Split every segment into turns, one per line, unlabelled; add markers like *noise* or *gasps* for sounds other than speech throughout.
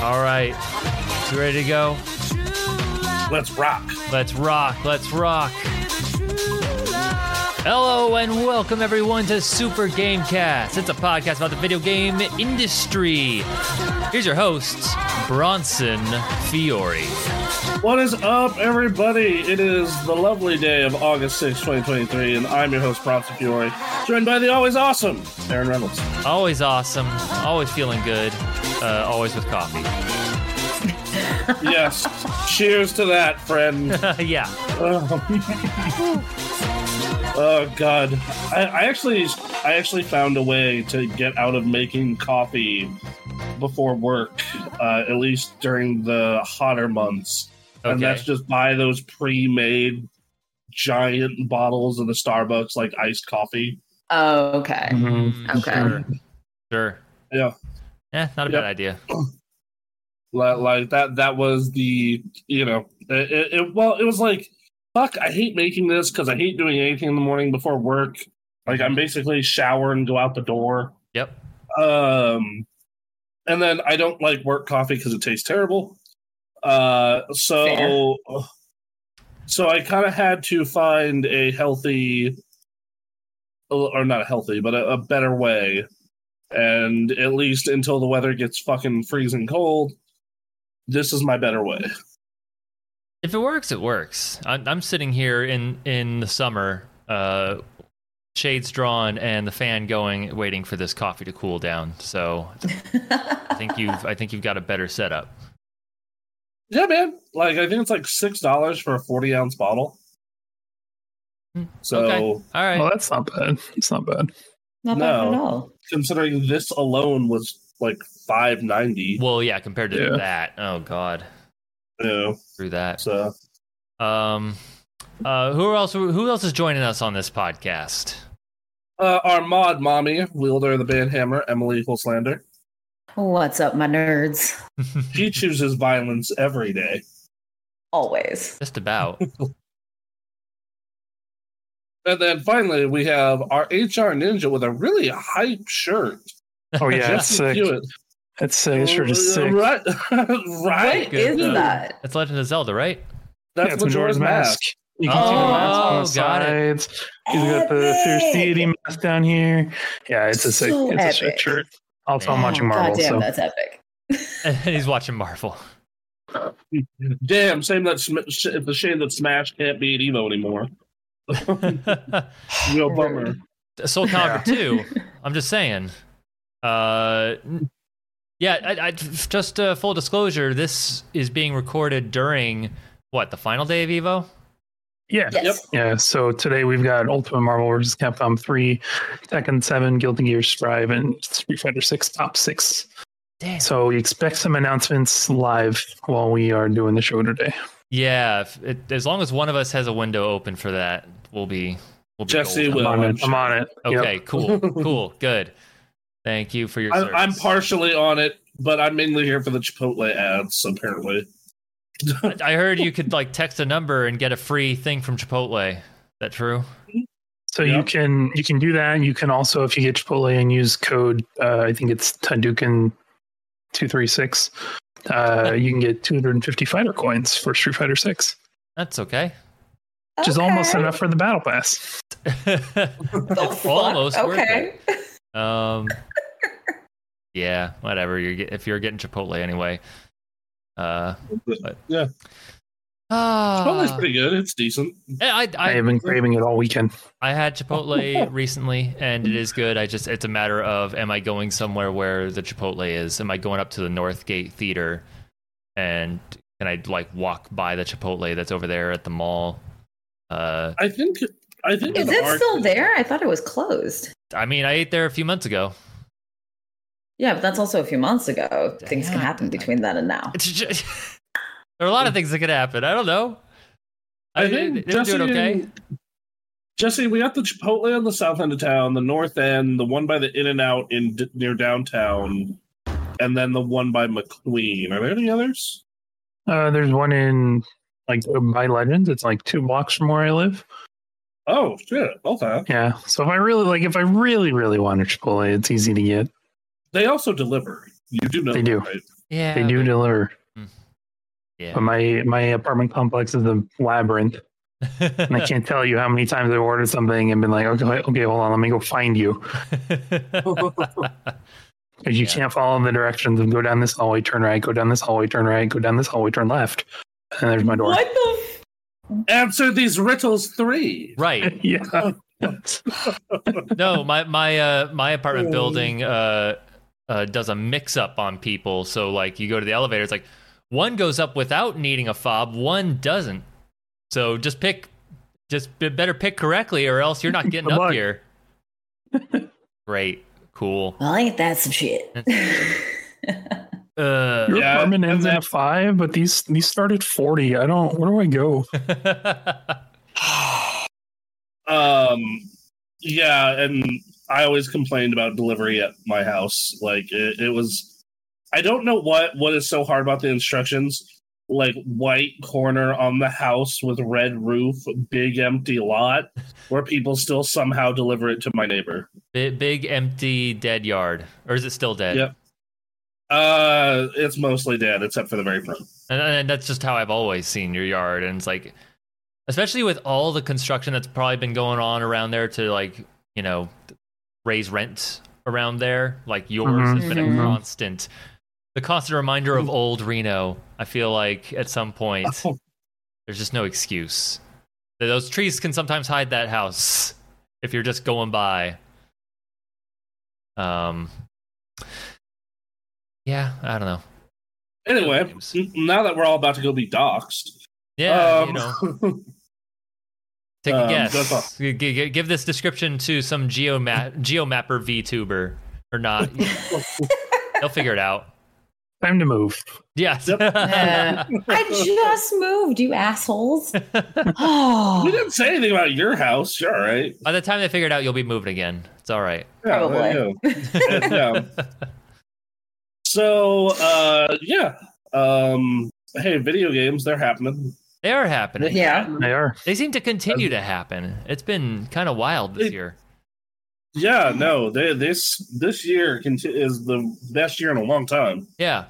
All right. You ready to go?
Let's rock.
Let's rock. Let's rock. Hello and welcome everyone to Super Gamecast. It's a podcast about the video game industry. Here's your hosts, Bronson Fiore.
What is up, everybody? It is the lovely day of August 6, 2023, and I'm your host, Bronson Fiore, joined by the always awesome Aaron Reynolds.
Always awesome. Always feeling good. Uh, always with coffee. *laughs*
Yes. *laughs* Cheers to that, friend.
yeah.
*laughs* Oh God, I, I actually, I actually found a way to get out of making coffee before work, uh, at least during the hotter months,
Okay.
and that's just buy those pre-made giant bottles of the Starbucks like iced coffee.
Oh, okay.
Mm,
Okay.
Sure. Sure.
Yeah,
Yeah, not a
Yep.
bad idea.
li- like that. That was the you know, it, it, it- well, it was like, fuck, I hate making this because I hate doing anything in the morning before work. Like I'm basically shower and go out the door.
Yep.
Um, and then I don't like work coffee because it tastes terrible. Uh, so, so I kind of had to find a healthy, or not a healthy, but a, a better way. And at least until the weather gets fucking freezing cold, this is my better way.
If it works, it works. I'm, I'm sitting here in in the summer, uh, shades drawn and the fan going, waiting for this coffee to cool down. So
Hmm.
I think you've I think you've got a better setup.
Yeah, man. Like I think it's like six dollars for a forty ounce bottle.
Hmm,
So
okay. All right.
Well, that's not bad. It's not bad.
Not bad
No.
at all.
considering this alone was like five ninety.
Well, yeah. Compared to
Yeah.
that, oh god,
You know,
through that.
so
Um, uh, who else? Who else is joining us on this podcast? *laughs*
Uh, our mod mommy, wielder of the band hammer, Emily Holslander.
What's up, my nerds?
She chooses violence every day.
Always.
Just about.
And then finally, we have our HR ninja with a really hype shirt. *laughs*
Oh yeah, it's
Jesse
sick.
Hewitt.
That's sick. This shirt is
*laughs*
sick.
Right?
What
right?
is
Good.
that?
That's Legend of Zelda, right? *laughs*
That's
yeah, it's
Majora's Mask.
You can see the mask
Oh,
on the
got
sides. He's got the fierce
Epic!
deity mask down here. Yeah, it's a sick,
So
it's a sick
epic.
shirt. Also, I'm
Man.
watching Marvel,
Oh, Goddamn,
so
that's epic.
And he's watching Marvel. *laughs*
Damn, same that sm- sh- it's a shame that Smash can't be at Evo anymore. *laughs* Real bummer.
Soul Calibur
Yeah.
2.
*laughs*
I'm just saying. Uh, n- yeah, I, I, just uh, full disclosure, this is being recorded during what the final day of Evo.
yeah.
Yes.
Yep.
Yeah, so today we've got Ultimate Marvel vs. Capcom 3, Tekken 7, Guilty Gear Strive, and Street Fighter 6 Top 6.
Damn.
So we expect some announcements live while we are doing the show today.
Yeah, if it, as long as one of us has a window open for that, we'll be we'll be
Jesse
golden.
will.
I'm on it. I'm on it. Yep.
Okay, cool,
*laughs*
cool, good. Thank you for your.
I-
service.
I'm partially on it, but I'm mainly here for the Chipotle ads, apparently.
*laughs* I heard you could like text a number and get a free thing from Chipotle. Is that true?
So
Yeah.
you can you can do that. You can also, if you get Chipotle and use code, uh, I think it's Tandukan two three six, uh, you can get two hundred and fifty fighter coins for Street Fighter Six,
That's okay. *laughs*
which is
Okay.
almost enough for the battle pass.
Oh,
It's
fuck.
almost worth
Okay.
Um, yeah, whatever. You're get, if you're getting Chipotle anyway. Uh, but,
Yeah. Chipotle's
Ah,
pretty good. It's decent.
I,
I
I,
have been craving it all weekend.
I had Chipotle
*laughs*
recently, and it is good. I just it's a matter of am I going somewhere where the Chipotle is? Am I going up to the Northgate Theater, and can I like walk by the Chipotle that's over there at the mall? Uh,
I think. I think
Is
an
it
arc-
still there? I thought it was closed.
I mean, I ate there a few months ago.
Yeah, but that's also a few months ago. Things can
Damn.
happen between then and now.
It's just, *laughs* there are a lot of things that could happen. I don't know.
I
Oh, they-
think
they're doing okay.
Jesse, we got the Chipotle on the south end of town, the north end, the one by the In and Out in d- near downtown, and then the one by McQueen. Are there any others?
Uh, there's one in like by Legends. It's like two blocks from where I live.
Oh shit! Okay.
Yeah. So if I really like, if I really really want a Chipotle, it's easy to get.
They also deliver. You do know
They do.
Right?
Yeah,
They do
but-
deliver.
Yeah.
*laughs* But my my apartment complex is a labyrinth, and I can't tell you how many times I've ordered something and been like, okay, okay, hold on, let me go find you. Because you
Yeah.
can't follow the directions of go down this hallway, turn right, go down this hallway, turn right, go down this hallway, turn left. And there's my door.
What the? F-
Answer these riddles three.
*laughs* right.
Yeah.
No, my my uh, my apartment building uh, uh, does a mix up on people. So like, you go to the elevator, it's like one goes up without needing a fob, one doesn't. So just pick, just be- better pick correctly, or else you're not getting
Good
up
luck.
here. Great, cool.
well, ain't that some shit?
*laughs* Uh,
Your
Yeah,
apartment
and
ends in a
that-
five, but these these start at forty. I don't. Where do
*laughs*
I go?
Uh, *laughs*
Um, yeah, and I always complained about delivery at my house. Like it, it was, I don't know what what is so hard about the instructions. Like white corner on the house with red roof, big empty lot where people still somehow deliver it to my neighbor.
Bi- big empty dead yard, or is it still dead?
Yep. Uh, it's mostly dead except for the very front.
And, and that's just how I've always seen your yard. And it's like, especially with all the construction that's probably been going on around there to like, you know, raise rent around there, like yours
Mhm.
has been
Mhm.
a constant, the constant reminder of old Reno. I feel like at some point,
Oh,
there's just no excuse. Th- Those trees can sometimes hide that house if you're just going by. Um, yeah, I don't know.
anyway, n- now that we're all about to go be doxxed,
Yeah,
um,
you know.
*laughs*
Take a
Um, that's all.
guess. G- g- give this description to some geoma- geomapper VTuber or not. They'll figure it out.
Time to move.
Yes. *laughs*
Yep.
Uh, *laughs* I just moved,
*laughs*
you assholes.
we
Oh,
didn't say anything about your house. You're all right.
By the time they figure it out, you'll be moving again. It's all right.
Yeah, there you go. Yeah. So uh yeah. Um hey, video games, they're happening.
*laughs* They are happening.
yeah.
They are.
They seem to continue
Um,
to happen. It's been kind of wild this
It-
year.
Mm-hmm.
Yeah, no, they, this this year conti- is the best year in a long time.
Yeah.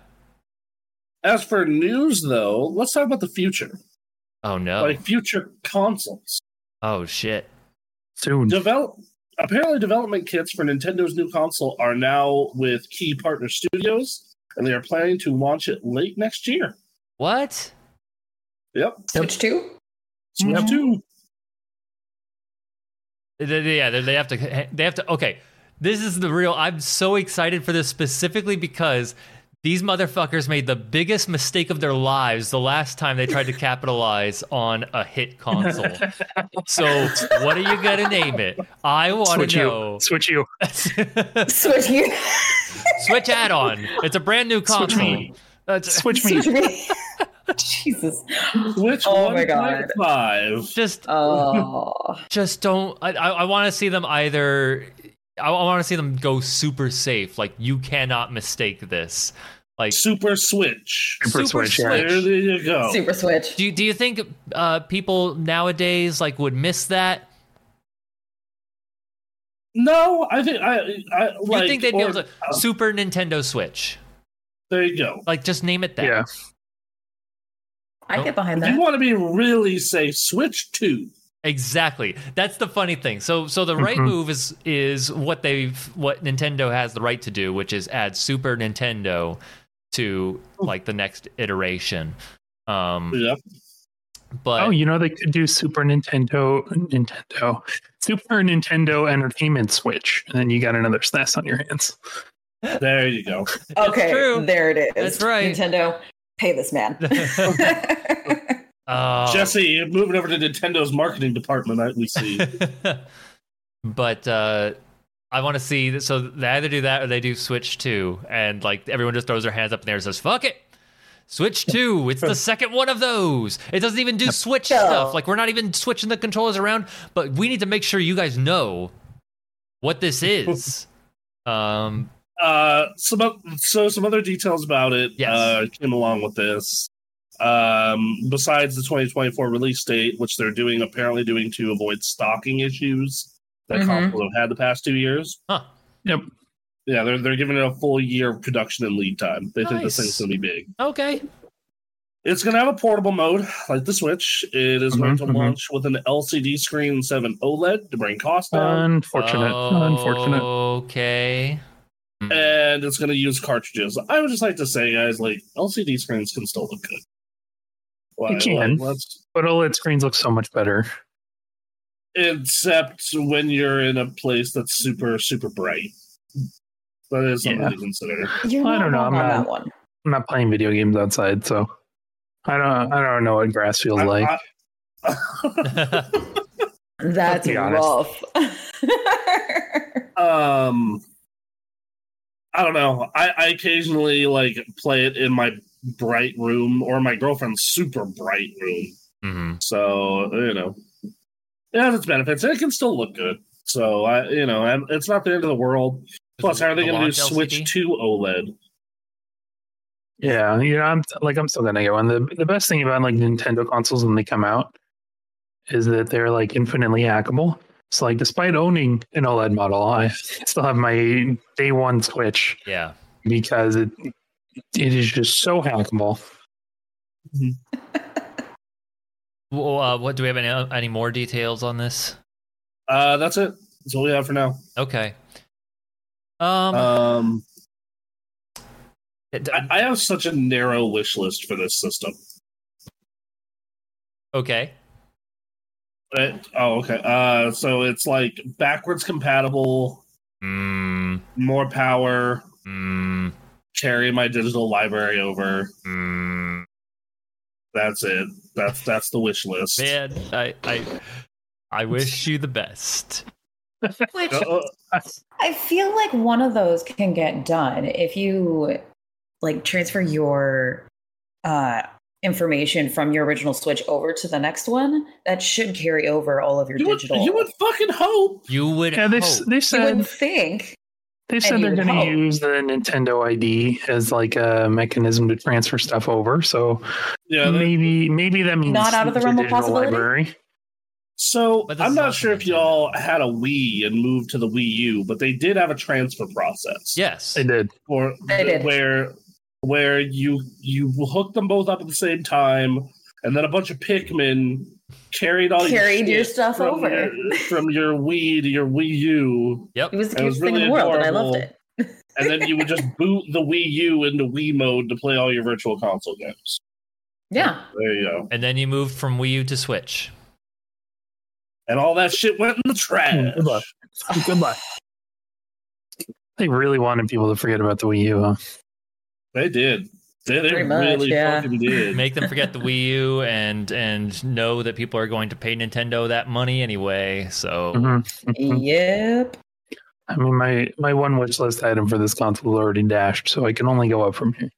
As for news though, let's talk about the future.
Oh no.
Like future consoles.
oh shit.
Soon.
Develop apparently development kits for Nintendo's new console are now with key partner studios and they are planning to launch it late next year.
What?
Yep.
Switch two.
Switch
Mhm.
two.
They- they- Yeah, they- they have to. They have to. Okay, this is the real. I'm so excited for this specifically because these motherfuckers made the biggest mistake of their lives the last time they tried to capitalize on a hit console. so, what are you gonna name it? I want
Switch
to
you.
know. *laughs*
Switch you.
Switch you.
Switch add-on. It's a brand new
Switch
console.
me.
That's
*laughs*
Switch me.
Switch me. *laughs* Jesus.
Switch
Oh
one
my
point
God.
five.
just
Oh.
just don't i i, I want to see them either i, want to see them go super safe like you cannot mistake this like
Super Switch.
Super Switch, yeah.
There you go.
Super Switch.
do you, do you think uh people nowadays like would miss that
No, I think I, I
you
like.
think they'd be
or-
able to super nintendo switch
There you go.
like just name it that
Yeah.
I get behind
If you
that.
want to be really safe, Switch Two.
Exactly. That's the funny thing. So so the right
Mhm.
move is is what they've what Nintendo has the right to do, which is add Super Nintendo to like the next iteration. Um
Yeah.
but
Oh, you know they could do Super Nintendo, Nintendo, Super Nintendo Entertainment Switch, and then you got another SNES on your hands.
There you go.
it's
okay,
true.
there it is.
That's right.
Nintendo, pay this man.
Oh.
Jesse, moving over to Nintendo's marketing department, I,
*laughs*
we see.
but uh I want to see so they either do that or they do Switch 2 and like everyone just throws their hands up in the air and says fuck it. Switch 2, it's the second one of those. It doesn't even do Switch
No.
stuff. Like we're not even switching the controllers around, but we need to make sure you guys know what this is. um
uh, some o- so some other details about it
Yes.
uh, came along with this. Um, besides the 2024 release date, which they're doing apparently doing to avoid stocking issues that
Mhm.
consoles have had the past two years.
Huh.
Yep.
Yeah, they're they're giving it a full year of production and lead time. They think
Nice.
this thing's gonna be big.
Okay.
It's gonna have a portable mode like the Switch. It is going
Mhm,
to
mhm.
launch with an LCD screen instead of an OLED E to bring cost down,
Unfortunate.
Oh.
Unfortunate.
Uh, Okay. Mm. *laughs*
and it's gonna use cartridges. I would just like to say, guys, like LCD screens can still look good. Like,
can.
like, let's-
But OLED screens look so much better.
except when you're in a place that's super super bright. That is something
Yeah.
to consider.
*laughs* You're
I
not
don't know,
wrong
I'm
on
not-
that one.
I'm not playing video games outside, so I don't. I don't know what grass feels
I-
like.
I-
That's
be honest.
rough. *laughs*
um i don't know I, I occasionally like play it in my bright room or my girlfriend's super bright room
Mhm.
so you know it has its benefits and it can still look good so i you know i it's not the end of the world plus how are they
The
going to do
large LCD?
switch to oled
Yeah, you know, I'm like I'm still gonna get one. The the best thing about like Nintendo consoles when they come out is that they're like infinitely hackable. So like despite owning an OLED model, I still have my day one Switch
Yeah.
because it it is just so hackable.
Well, uh, what do we have any, any more details on this?
uh that's it that's all we have for now
Okay.
um,
Um, d-
I, I have such a narrow wish list for this system
okay.
Uh, oh okay uh so it's like backwards compatible
Mm,
more power,
mm,
carry my digital library over.
mm.
That's it. That's that's the wish list.
Man, I, I, I wish you the best.
Which
Uh,
I feel like one of those can get done if you like transfer your uh, information from your original Switch over to the next one. That should carry over all of your
you, would,
digital.
you would fucking hope.
You would.
Yeah, they've
hope.
they
You would
said
think.
they said
you
they're
would
going to
hope.
use the Nintendo ID as like a mechanism to transfer stuff over. So
Yeah. they-
maybe maybe that means
Not out of the
your
realm of
digital
possibility?
library.
So
But this
I'm
is
not
not
sure if
Nintendo.
y'all had a Wii and moved to the Wii U, but they did have a transfer process.
Yes.
They did.
Or
They did.
where where you you hook them both up at the same time, and then a bunch of Pikmin carried all
Carried your
shit
stuff
from
over.
your- from your Wii to your Wii U.
Yep.
It was the
It was
cutest thing in
really
the world, and I loved
adorable.
it.
and then you would
*laughs*
just boot the Wii U into Wii mode to play all your virtual console games.
Yeah.
There you go.
And then you moved from Wii U to Switch.
And all that shit went in the trash.
Hmm, Good luck. Good luck. They really wanted people to forget about the Wii U. Huh?
They did. They, they
Pretty much,
really
yeah.
fucking
*laughs*
did.
Make them forget the Wii U and and know that people are going to pay Nintendo that money anyway.
Oh.
So
Mm-hmm.
Mhm. Mhm.
Yep.
I mean, my my one wish list item for this console is already dashed, so I can only go up from here.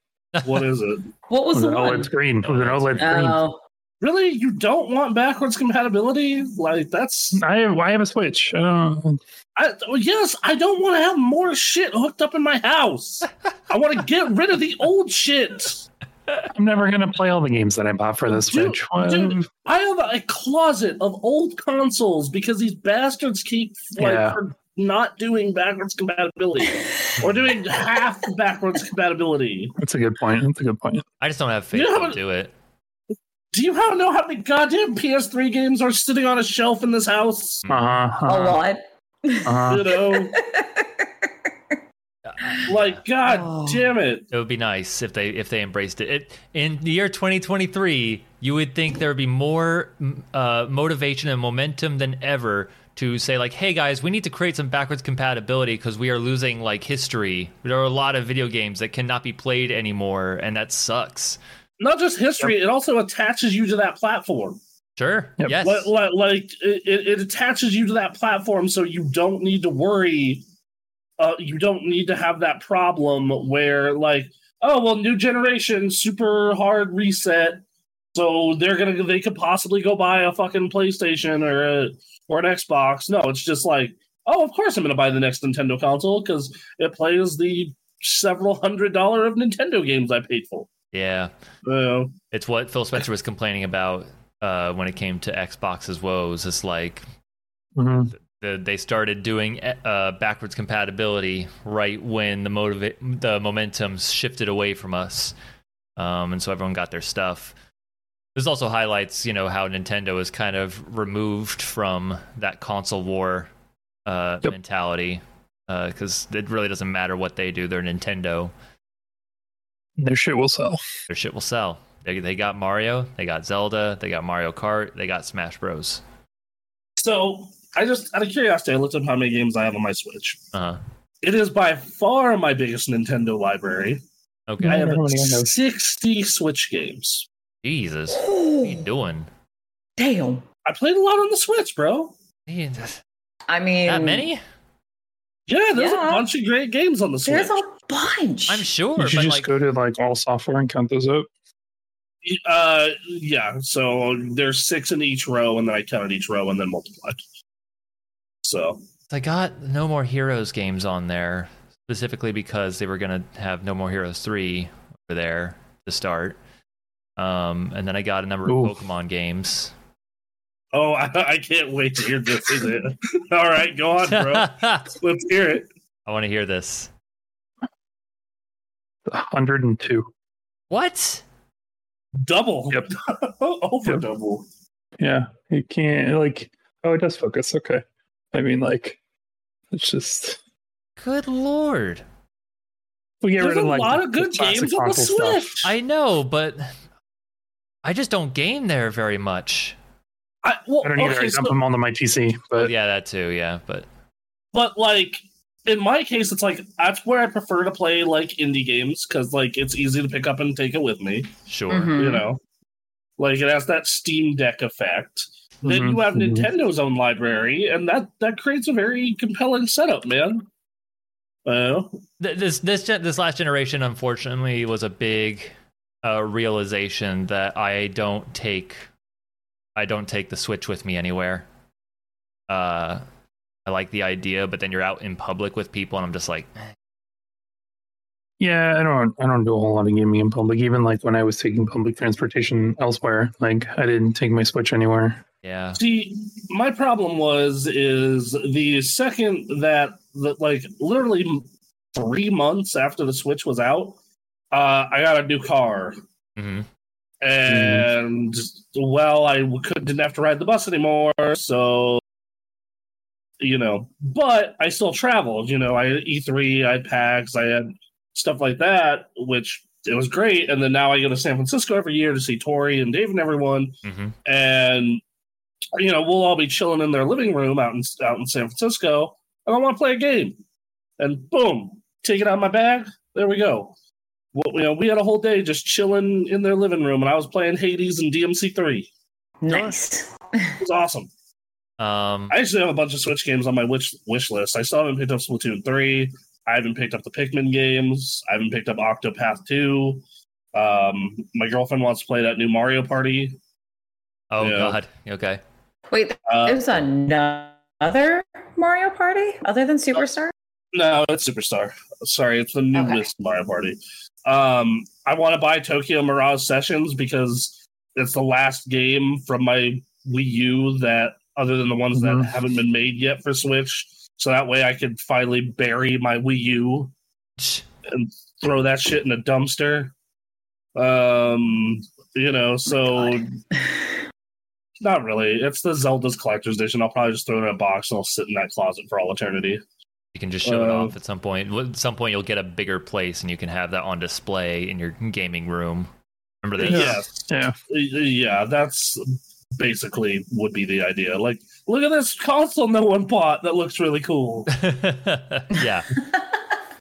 what is it?
What was
Oh,
With
the
an
one?
OLED screen. With an OLED screen.
Oh,
Really? You don't want backwards compatibility? Like, that's.
I have, I have a Switch. I don't.
I, yes, I don't want to have more shit hooked up in my house. I want to get rid of the old shit.
I'm never gonna play all the games that I bought for the
Dude,
Switch. What?
dude, I have a closet of old consoles because these bastards keep like
Yeah.
for not doing backwards compatibility or doing half backwards compatibility.
That's a good point. That's a good point.
I just don't have faith
You know how
they'll
much-
do it.
Do you how- know how many goddamn PS3 games are sitting on a shelf in this house?
Uh huh.
Uh-huh.
a lot.
Uh-huh.
You know, like god
Oh.
damn it.
It would be nice if they if they embraced it. it in the year 2023, you would think there would be more m- uh, motivation and momentum than ever to say like, "Hey guys, we need to create some backwards compatibility because we are losing like history. There are a lot of video games that cannot be played anymore, and that sucks."
Not just history, it also attaches you to that platform.
Sure.
Yep.
Yes.
Like, like, like, it, it attaches you to that platform, so you don't need to worry. Uh, you don't need to have that problem where, like, oh well, new generation, super hard reset, so they're gonna they could possibly go buy a fucking PlayStation or a, or an Xbox. No, it's just like, oh, of course I'm gonna buy the next Nintendo console because it plays the several hundred dollar of Nintendo games I paid for.
yeah.
Uh,
It's what Phil Spencer was complaining about uh, when it came to Xbox's woes. It's like
Mm-hmm.
Mhm.
the, they started doing uh, backwards compatibility right when the motiva- the momentum shifted away from us, um, and so everyone got their stuff. This also highlights, you know, how Nintendo is kind of removed from that console war uh,
Yep.
mentality because it really doesn't matter what they do; they're Nintendo.
Their shit will sell.
Their shit will sell. They, they got Mario, they got Zelda, they got Mario Kart, they got Smash Bros.
So I just out of curiosity, I looked up how many games I have on my Switch.
Uh,
It is by far my biggest Nintendo library.
okay.
I have
Everyone knows.
sixty Switch games.
Jesus, what are you
Ooh,
doing?
*laughs* damn.
I played a lot on the Switch, bro.
Man,
I mean,
That many?
Yeah, there's
Yeah.
a bunch of great games on the Switch.
There's a bunch.
I'm sure,
You should
but
just
like,
go to like all software and count those up.
uh, yeah, so there's six in each row, and then I counted each row and then multiplied. So
I got No More Heroes games on there specifically because they were gonna have No More Heroes three over there to start. Um, and then I got a number
Ooh.
of Pokemon games.
Oh, *laughs* I, I can't wait to hear
*laughs*
this. Is it? All right, go on, bro.
*laughs* I
Let's hear it.
want to hear this.
102.
What?
Double.
Yep.
*laughs* Over double.
Yeah. You can't like oh it does focus. Okay. I mean like it's just
Good lord!
we get
There's
rid of
a
like
lot
the-
of
the
good
classic
games on the
console stuff.
Switch. I,
I know, but I just don't game there very much.
well,
I don't either.
okay,
I dump
so-
them onto my PC, but
yeah, that too. Yeah, but
but like in my case, it's like that's where I prefer to play like indie games because like it's easy to pick up and take it with me.
sure.
Mhm.
You know, like it has that Steam Deck effect. Then
Mhm,
you have
mhm.
Nintendo's own library, and that that creates a very compelling setup, man. Uh,
Th- this this gen- this last generation unfortunately was a big uh, realization that I don't take I don't take the Switch with me anywhere. Uh, I like the idea, but then you're out in public with people, and I'm just like, eh,
Yeah, I don't I don't do a whole lot of gaming in public. Even like when I was taking public transportation elsewhere, like I didn't take my Switch anywhere.
yeah,
See, my problem was is the second that that like literally three months after the Switch was out, uh, I got a new car,
hmm
and well, I could, didn't have to ride the bus anymore, so you know. But I still traveled. You know, I had E three, I had PAX, I had stuff like that, which it was great. And then now I go to San Francisco every year to see Tori and Dave and everyone
hmm
and you know we'll all be chilling in their living room out in out in San Francisco, and I want to play a game, and boom, take it out of my bag. There we go. Well, you know, we had a whole day just chilling in their living room, and I was playing Hades and DMC three.
nice.
It was awesome.
um,
I actually have a bunch of Switch games on my wish wish list. I still haven't picked up Splatoon three. I haven't picked up the Pikmin games. I haven't picked up Octopath two. Um, my girlfriend wants to play that new Mario Party.
oh
yeah.
god, okay,
Wait,
Uh,
there's another Mario Party other
Oh.
than Superstar? *laughs*
No, it's Superstar. Sorry, it's the
Okay.
newest Mario Party. Um, I want to buy Tokyo Mirage Sessions because it's the last game from my Wii U that, other than the ones
Mhm.
that haven't been made yet for Switch, so that way I could finally bury my Wii U,
Shh.
throw that shit in a dumpster. Um, you know, so not really. It's the Zelda's Collector's Edition. I'll probably just throw it in a box and I'll sit in that closet for all eternity.
you can just show it
Uh,
off at some point. At some point, you'll get a bigger place, and you can have that on display in your gaming room. Remember this?
Yeah. Yeah.
yeah that's basically would be the idea like look at this console no one bought that looks really cool
*laughs* yeah.
I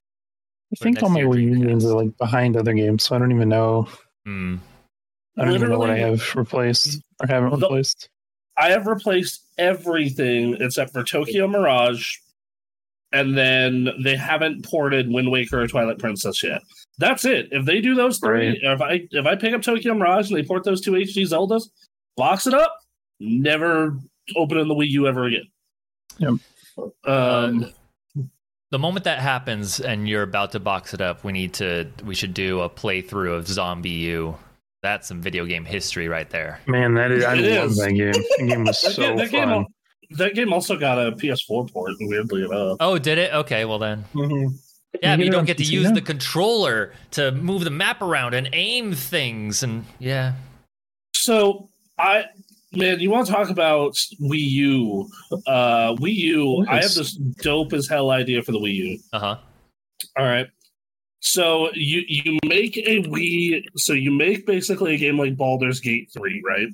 think all my
next year,
Wii U games
Dreamcast.
are like behind other games, so I don't even know.
Mm.
I don't even know what I
Literally-
have replaced or haven't
The-
replaced.
i have replaced everything except for tokyo mirage and then they haven't ported wind waker or twilight princess yet that's it if they do those three
Right.
if i if i pick up tokyo mirage and they port those two hd zeldas box it up never open in the wii u ever again
Yep.
um,
Uh, the moment that happens and you're about to box it up, we need to we should do a playthrough of Zombie U. That's some video game history right there.
Man, that is I
It
love
is.
that game. That game
*laughs*
was
That
so
game- that game
fun.
al- that game also got a PS4 port, weirdly enough.
Oh, did it? Okay, well then.
Mhm.
Yeah, but you
Yeah,
don't get to
it's-
use
yeah.
the controller to move the map around and aim things, and yeah,
So I man, you want to talk about Wii U? Uh, Wii U. I have
Yes.
this dope as hell idea for the Wii U.
uh huh,
All right. So you you make a Wii. So you make basically a game like Baldur's Gate three, right?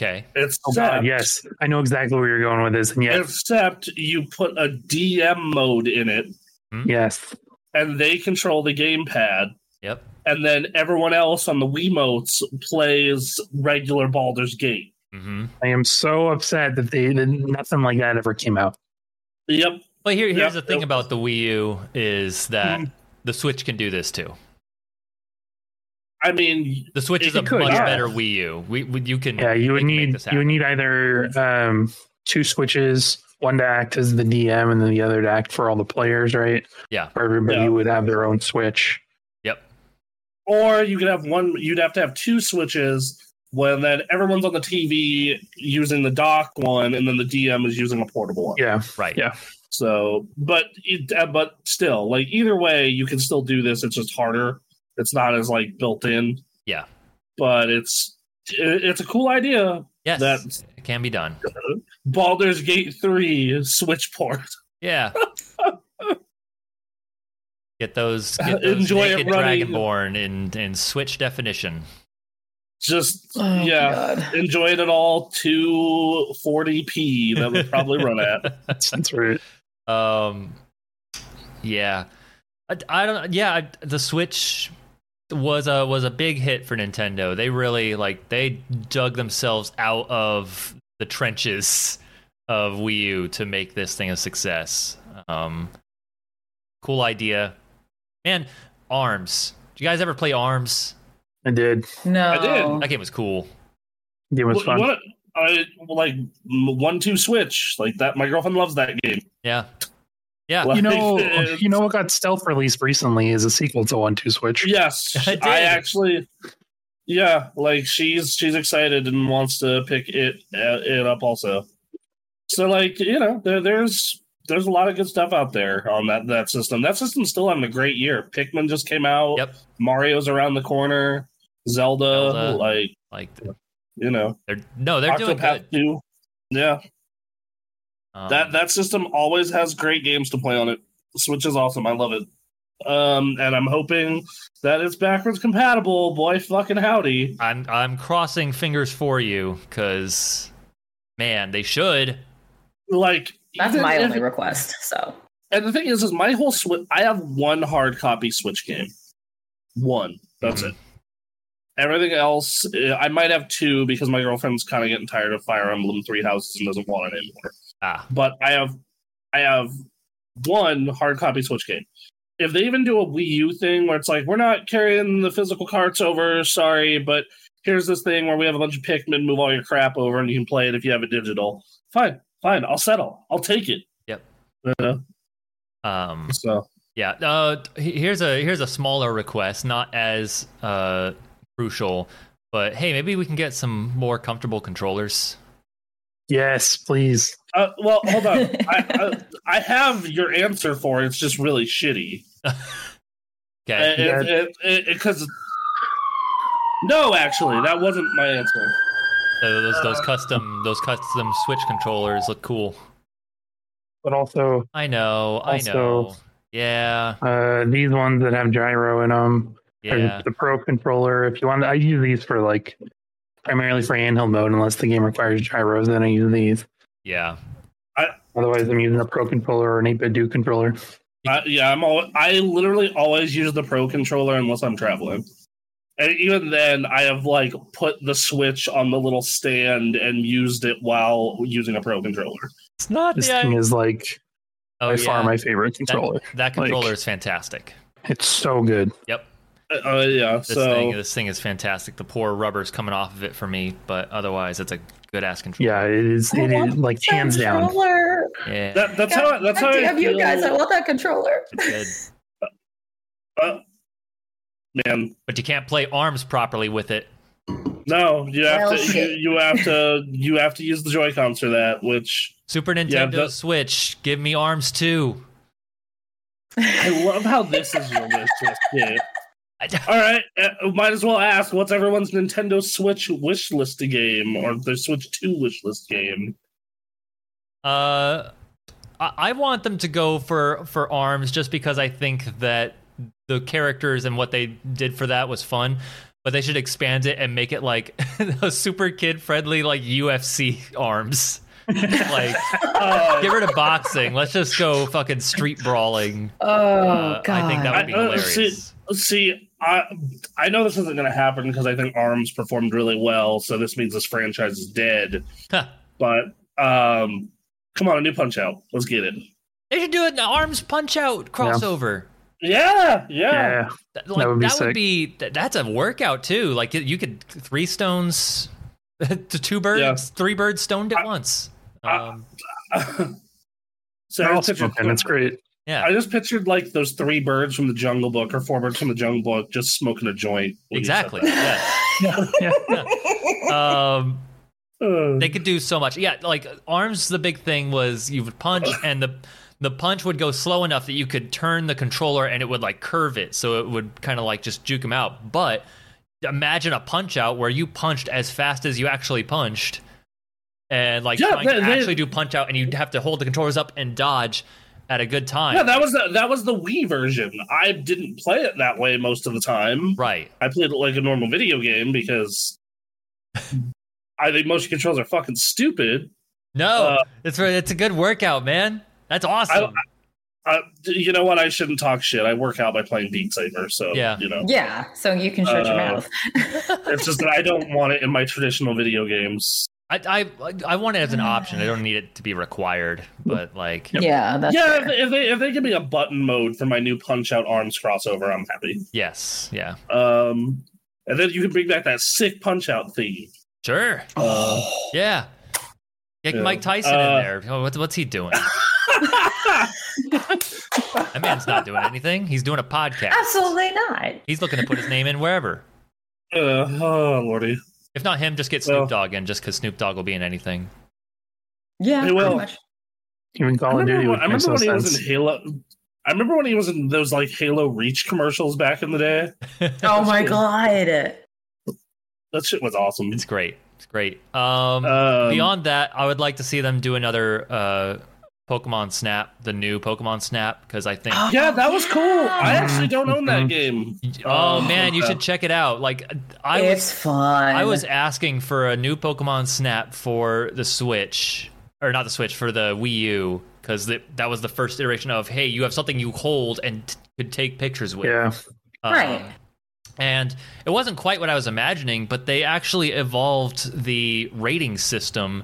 okay,
It's
Oh God, yes, I know exactly where you're going with this, and yes,
Except you put a DM mode in it,
yes,
and they control the gamepad,
yep,
and then everyone else on the Wiimotes plays regular Baldur's Gate.
mm-hmm.
I am so upset that they that nothing like that ever came out.
Yep.
But here, here's
Yeah. Hmm.
the thing about the Wii U is that the Switch can do this too.
I mean,
The Switch
It
is a
could,
much
yeah.
better Wii U. We, we you can
Yeah, you would
they can make
need
this
you
happen.
would need either um, two switches, one to act as the DM, and then the other to act for all the players, right?
Yeah.
Where everybody
Yeah.
would have their own switch.
or you could have one. You'd have to have two switches. When then everyone's on the TV using the dock one, and then the DM is using a portable one.
Yeah,
right.
yeah.
So, but it, uh, but still, like either way, you can still do this. It's just harder. It's not as like built in.
Yeah.
but it's it, it's a cool idea.
Yes,
That's-
it can be done.
Baldur's Gate three Switch port. *laughs*
Yeah. Get those, get those
Enjoy it
naked
running.
Dragonborn in, in Switch
*laughs*
definition.
Just
Oh,
yeah,
God.
enjoy it at all. Two forty p that would probably run at.
That's right.
Um, yeah, I, I don't. Yeah, I, the Switch was a was a big hit for Nintendo. They really like they dug themselves out of the trenches of Wii U to make this thing a success. Um, cool idea, man. Arms. Did you guys ever play Arms?
I did.
No.
I did.
That game was cool.
It was
What-
fun.
what- I like one two switch like that. My girlfriend loves that game.
Yeah, yeah. *laughs*
Well,
You know,
It's-
you know what got stealth released recently is a sequel to One Two Switch.
Yes,
*laughs* I did.
I actually. Yeah, like she's she's excited and wants to pick it uh, it up also. So like you know there, there's there's a lot of good stuff out there on that that system. That system's still having a great year. Pikmin just came out.
Yep.
Mario's around the corner. Zelda,
Zelda.
like
Like
you know,
they're no, they're doing
Octopath
good.
Two. Yeah,
Um,
that that system always has great games to play on it. Switch is awesome. I love it. Um, and I'm hoping that it's backwards compatible. Boy, fucking howdy.
I'm I'm crossing fingers for you because man, they should.
like
That's
even
my
if-
only request. So
and the thing is is my whole switch i have one hard copy switch game one that's
Mhm.
it everything else eh, i might have two because my girlfriend's kind of getting tired of fire emblem three houses and doesn't want it anymore
Ah,
but i have i have one hard copy switch game if they even do a wii u thing where it's like we're not carrying the physical carts over sorry but here's this thing where we have a bunch of pikmin move all your crap over and you can play it if you have a digital fine fine i'll settle i'll take it
Yep.
You know?
um,
So
yeah. Uh, he- here's a here's a smaller request, not as uh crucial, but hey, maybe we can get some more comfortable controllers.
Yes, please.
uh, well, hold on. I, I, I have your answer for it. It's just really shitty.
Okay,
Because no, actually, that wasn't my answer.
so those
uh,
those custom those custom Switch controllers look cool.
But also
I know, I
Also-
know. Yeah,
uh, these ones that have gyro in them, or
yeah.
the pro controller. If you want, I use these for like primarily for handheld mode, unless the game requires gyros. Then I use these.
Yeah,
Otherwise, I'm using a pro controller or an 8-bit do controller.
Uh, yeah, I'm. Al- I literally always use the Pro controller unless I'm traveling, and even then, I have like put the Switch on the little stand and used it while using a Pro controller.
it's not.
This
the
thing is like
oh,
by
yeah.
far my favorite controller.
that controller
like-
is fantastic.
It's so good.
Uh, yeah,
This
so
thing, this thing is fantastic. The poor rubber's coming off of it for me, but otherwise, it's a good ass control.
Yeah, it is. It is like hands down.
Controller.
Yeah,
that, that's how. That's how.
God
I
damn you
feel.
guys! I want that controller.
*laughs* it's good.
Man,
but you can't play arms properly with it.
No, you have to.
Well,
You,
shit.
you have to. You have to use the Joy Cons for that. Which
Super Nintendo
that-
Switch, give me arms too.
I
Oh,
love how this is
*laughs*
your wish list. Too. All right, uh, might as well ask what's everyone's Nintendo Switch wish list game or their Switch Two wish list game.
Uh, I, I want them to go for for arms just because I think that the characters and what they did for that was fun. But they should expand it and make it like *laughs* a super kid friendly, like UFC *laughs* arms. like
Uh,
get rid of boxing. Let's just go fucking street brawling.
Oh
Uh,
god.
I think that would be
I- uh,
hilarious.
see, I I know this isn't going to happen because I think Arms performed really well, so this means this franchise is dead.
Huh.
But um, come on, a new Punch Out. Let's get it.
They should do an arms punch out crossover.
Yeah, yeah.
Yeah.
That, like, that
would
would be,
be sick.
th- that's a workout too. Like you- you could three stones *laughs* to two birds,
Yeah.
three birds stoned at
I-
once.
I-
Um,
*laughs* so
They're
I
all
just pictured-
smoking. It's great.
yeah,
I just pictured like those three birds from the Jungle Book or four birds from the Jungle Book just smoking a joint. when you said
exactly. Yeah.
Yeah.
Um,
that. Uh,
they could do so much. Yeah, like arms. The big thing was you would
*coughs*
punch, and the the punch would go slow enough that you could turn the controller, and it would like curve it, so it would kind of like just juke him out. But imagine a punch out where you punched as fast as you actually punched, and like
Yeah,
trying
they-
to
they-
actually do punch out, and you'd have to hold the controllers up and dodge at a good time.
yeah, that was the, that was the Wii version. I didn't play it that way most of the time.
right.
I played it like a normal video game because I think motion controls are fucking stupid.
No,
Uh,
it's re- it's a good workout, man. That's awesome.
Uh, you know what? I shouldn't talk shit. I work out by playing Beat Saber, so
Yeah.
you know
yeah, so you can shut your
Uh,
mouth.
it's just that I don't want it in my traditional video games.
I, I I want it as an option. I don't need it to be required, but like
Yeah, that's
yeah, if,
fair.
if they if they give me a button mode for my new Punch Out Arms crossover, I'm happy.
yes, yeah.
Um, and then you can bring back that sick Punch Out theme.
Sure.
Uh,
Yeah. Get
Yeah.
Mike Tyson
Uh,
in there. Oh, What's, what's he
*laughs*
doing? that man's not doing anything. He's doing a podcast.
Absolutely not.
He's looking to put his name in wherever.
uh, oh lordy,
If not him, just get
Well-
Snoop Dogg in just because Snoop Dogg will be in anything.
Yeah,
They will.
pretty much.
*laughs* Even
I
Call of Duty
remember, when,
would
I
make
remember
no
when he was
sense.
in Halo. I remember when he was in those like Halo Reach commercials back in the day.
Oh my god.
That shit was awesome.
It's great. It's great. Um,
Mm-hmm. Um,
beyond that, I would like to see them do another uh, Pokemon Snap, the new Pokemon Snap, because I think.
*gasps* Yeah, that was cool. I
Yeah.
actually don't own that
Mhm.
game.
oh
Oh,
man, you
okay.
should check it out. Like I was
it's fun.
I was asking for a new Pokemon Snap for the Switch, or not the Switch, for the Wii U, because that was the first iteration of hey, you have something you hold and t- could take pictures with.
Yeah.
Um,
Right.
And it wasn't quite what I was imagining, but they actually evolved the rating system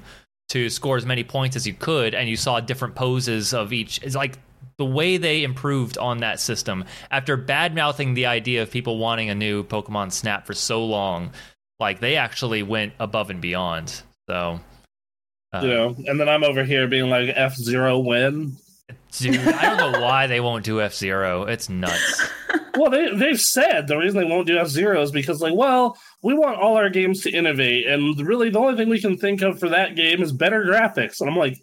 to score as many points as you could, and you saw different poses of each. It's like the way they improved on that system after bad mouthing the idea of people wanting a new Pokemon Snap for so long. Like they actually went above and beyond. So, uh,
you know, and then I'm over here being like F zero win.
dude, I don't know why they won't do F Zero. It's nuts.
Well, they they've said the reason they won't do F zero is because like, well, we want all our games to innovate, and really the only thing we can think of for that game is better graphics. And I'm like,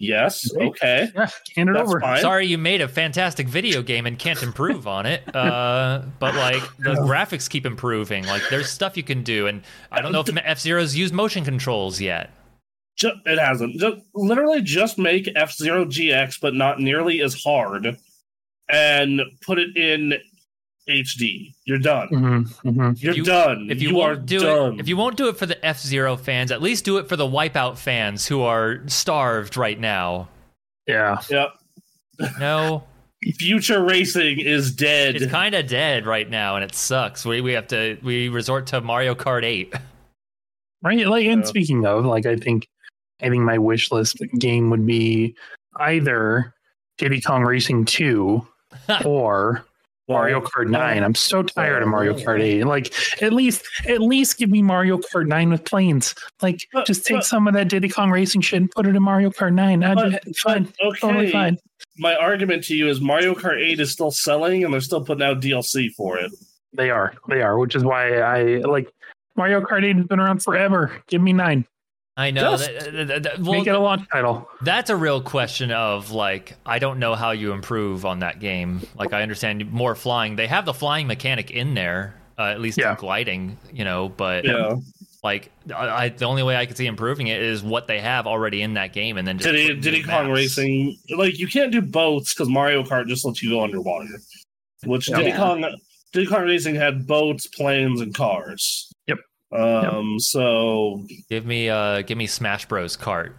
yes, okay,
Yeah. Hand it
that's
over.
fine.
Sorry, you made a fantastic video game and can't improve on it. Uh, but like the graphics keep improving. Like there's stuff you can do, and I don't know if F Zero's used motion controls yet.
Ju- it hasn't. Just, literally, just make F Zero GX, but not nearly as hard, and put it in HD. You're done.
Mm-hmm. hmm
You're
You-
done.
If you,
are
won't do
done.
it, if you won't do it for the F Zero fans, at least do it for the Wipeout fans who are starved right now.
Yeah.
Yep.
*laughs*
No,
Future racing is dead.
it's kind of dead right now, and it sucks. We we have to we resort to Mario Kart Eight.
Right. Like, and
Yeah.
speaking of, like, I think, I think my wish list game would be either Diddy Kong
*laughs*
Racing Two or Mario Kart Nine. I'm so tired of Mario Kart Eight. Like, at least, at least give me Mario Kart Nine with planes. Like,
But-
just take
but-
some of that Diddy Kong Racing shit and put it in Mario Kart Nine. I'd
But-
be fine.
okay.
Totally fine.
My argument to you is Mario Kart 8 is still selling and they're still putting out DLC for it.
They are. They are, which is why I like Mario Kart 8 has been around forever. Give me nine.
I know.
Just
that- that- that- that- well,
Make it a launch title.
that's a real question of like, I don't know how you improve on that game. Like, I understand more flying. They have the flying mechanic in there, uh, at least
Yeah.
gliding, you know. But
Yeah.
like, I, I, the only way I could see improving it is what they have already in that game, and then just
Diddy,
put
Diddy
new
Kong
maps.
Racing, like you can't do boats because Mario Kart just lets you go underwater. Which Diddy
Yeah.
Kong, Diddy Kong Racing had boats, planes, and cars.
Yep.
Um. So,
Give me, uh, give me Smash Bros. Kart.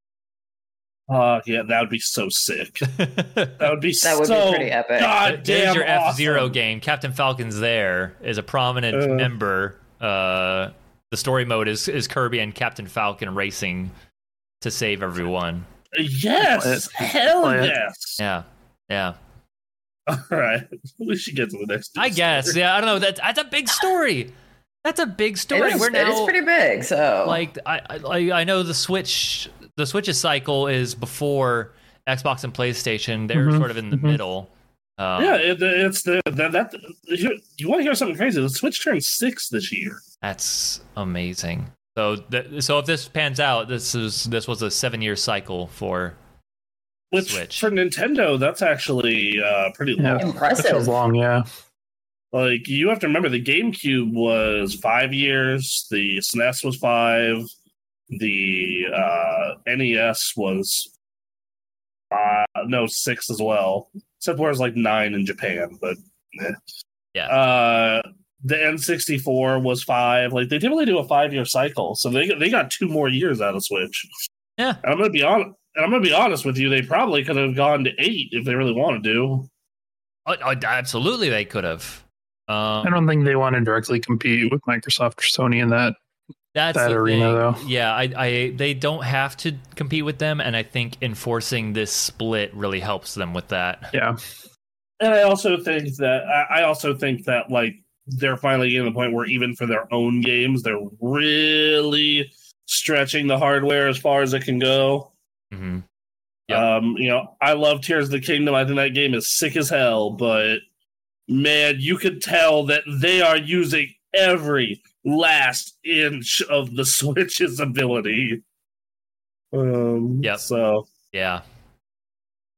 *laughs*
uh, yeah, that would be so sick. That would be
*laughs* That would
so
be pretty epic.
God
There's
damn
your F Zero
awesome.
game. Captain Falcon's there is a prominent
Uh.
member. Uh, the story mode is is Kirby and Captain Falcon racing to save everyone.
Yes,
Play it.
hell
Play it.
yes. *laughs*
Yeah, yeah.
All right, we should get to the next.
I guess. Yeah, I don't know. That's that's a big story. That's a big
It
story.
is,
We're
it is
now
pretty big. So
*laughs* like I, I I know the Switch the Switch's cycle is before Xbox and PlayStation. They're
Mhm,
sort of in the
mhm.
middle. Um,
Yeah, it, it's the that, that you, you want to hear something crazy? The Switch turned six this year.
That's amazing. So, th- so if this pans out, this is this was a seven-year cycle for
Which
Switch.
for Nintendo, that's actually uh, pretty
Yeah.
long.
That feels
impressive.
long, yeah.
Like you have to remember, the GameCube was five years, the SNES was five, the uh, NES was uh, no six as well. Except where it's like nine in Japan, but eh.
Yeah.
Uh, the N64 was five. Like they typically do a five year cycle, so they they got two more years out of Switch.
Yeah.
and I'm gonna be on. And I'm gonna be honest with you, they probably could have gone to eight if they really wanted to.
Oh, oh, absolutely, they could have.
I
Um,
don't think they want to directly compete with Microsoft or Sony in that.
that's
that
the
arena,
thing.
though.
Yeah, I, I, they don't have to compete with them, and I think enforcing this split really helps them with that.
Yeah.
And I also think that I I also think that like they're finally getting to the point where even for their own games, they're really stretching the hardware as far as it can go.
hmm Yep.
Um, you know, I love Tears of the Kingdom. I think that game is sick as hell, but man, you could tell that they are using every last inch of the *laughs* Switch's ability. Um,
Yep.
So,
Yeah.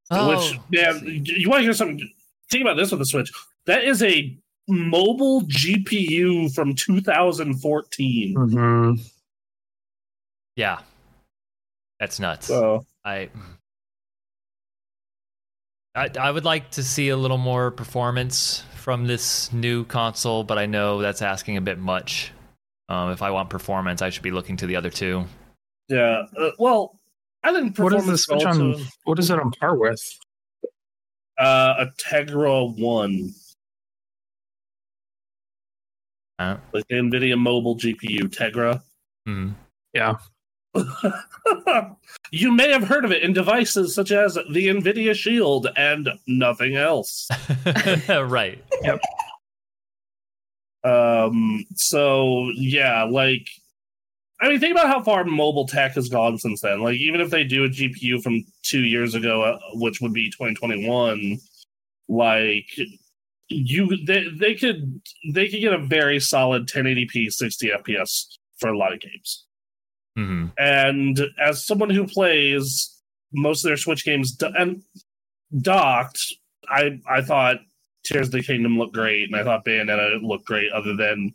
which
Oh,
man, you want to hear something? Think about this with the Switch. That is a mobile GPU from 2014.
hmm
yeah, that's nuts.
So,
I, I I would like to see a little more performance from this new console, but I know that's asking a bit much. Um, if I want performance, I should be looking to the other two.
yeah. Uh, well, I think
What is
performance
the Switch on?
also-
What is it on par with?
Uh, a Tegra One.
Huh?
Like the NVIDIA mobile GPU Tegra.
Mm.
*laughs* you may have heard of it in devices such as the NVIDIA Shield and nothing else.
*laughs* right.
Um, so yeah, like I mean, think about how far mobile tech has gone since then. Like, even if they do a GPU from two years ago, uh, which would be 2021, like you they, they could they could get a very solid 1080p 60 fps for a lot of games
hmm
and as someone who plays most of their Switch games do- and docked, I I thought Tears of the Kingdom looked great, and I thought Bayonetta looked great, other than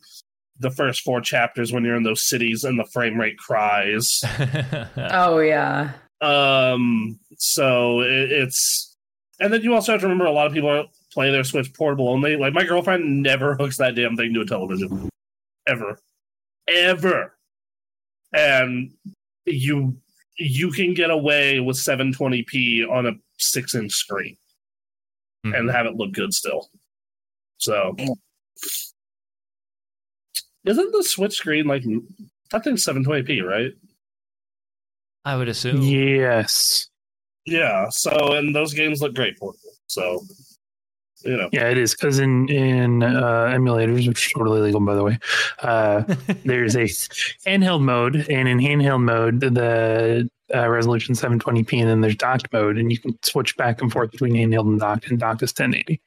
the first four chapters when you're in those cities and the frame rate cries.
Mm-hmm.
Oh yeah.
Um, so it, it's, and then you also have to remember a lot of people are, play their Switch portable only. Like my girlfriend never *laughs* hooks that damn thing to a television, ever, ever. And you you can get away with 720p on a six inch screen and have it look good still. So, isn't the Switch screen like that thing's 720p, right?
I would assume.
Yes.
Yeah. So, and those games look great portable. So, you know,
Yeah, it is because in in uh, emulators, which are totally legal by the way, *laughs* uh, there's a handheld mode, and in handheld mode, the uh, resolution 720p, and then there's *laughs* docked mode, and you can switch back and forth between handheld and docked, and docked is 1080.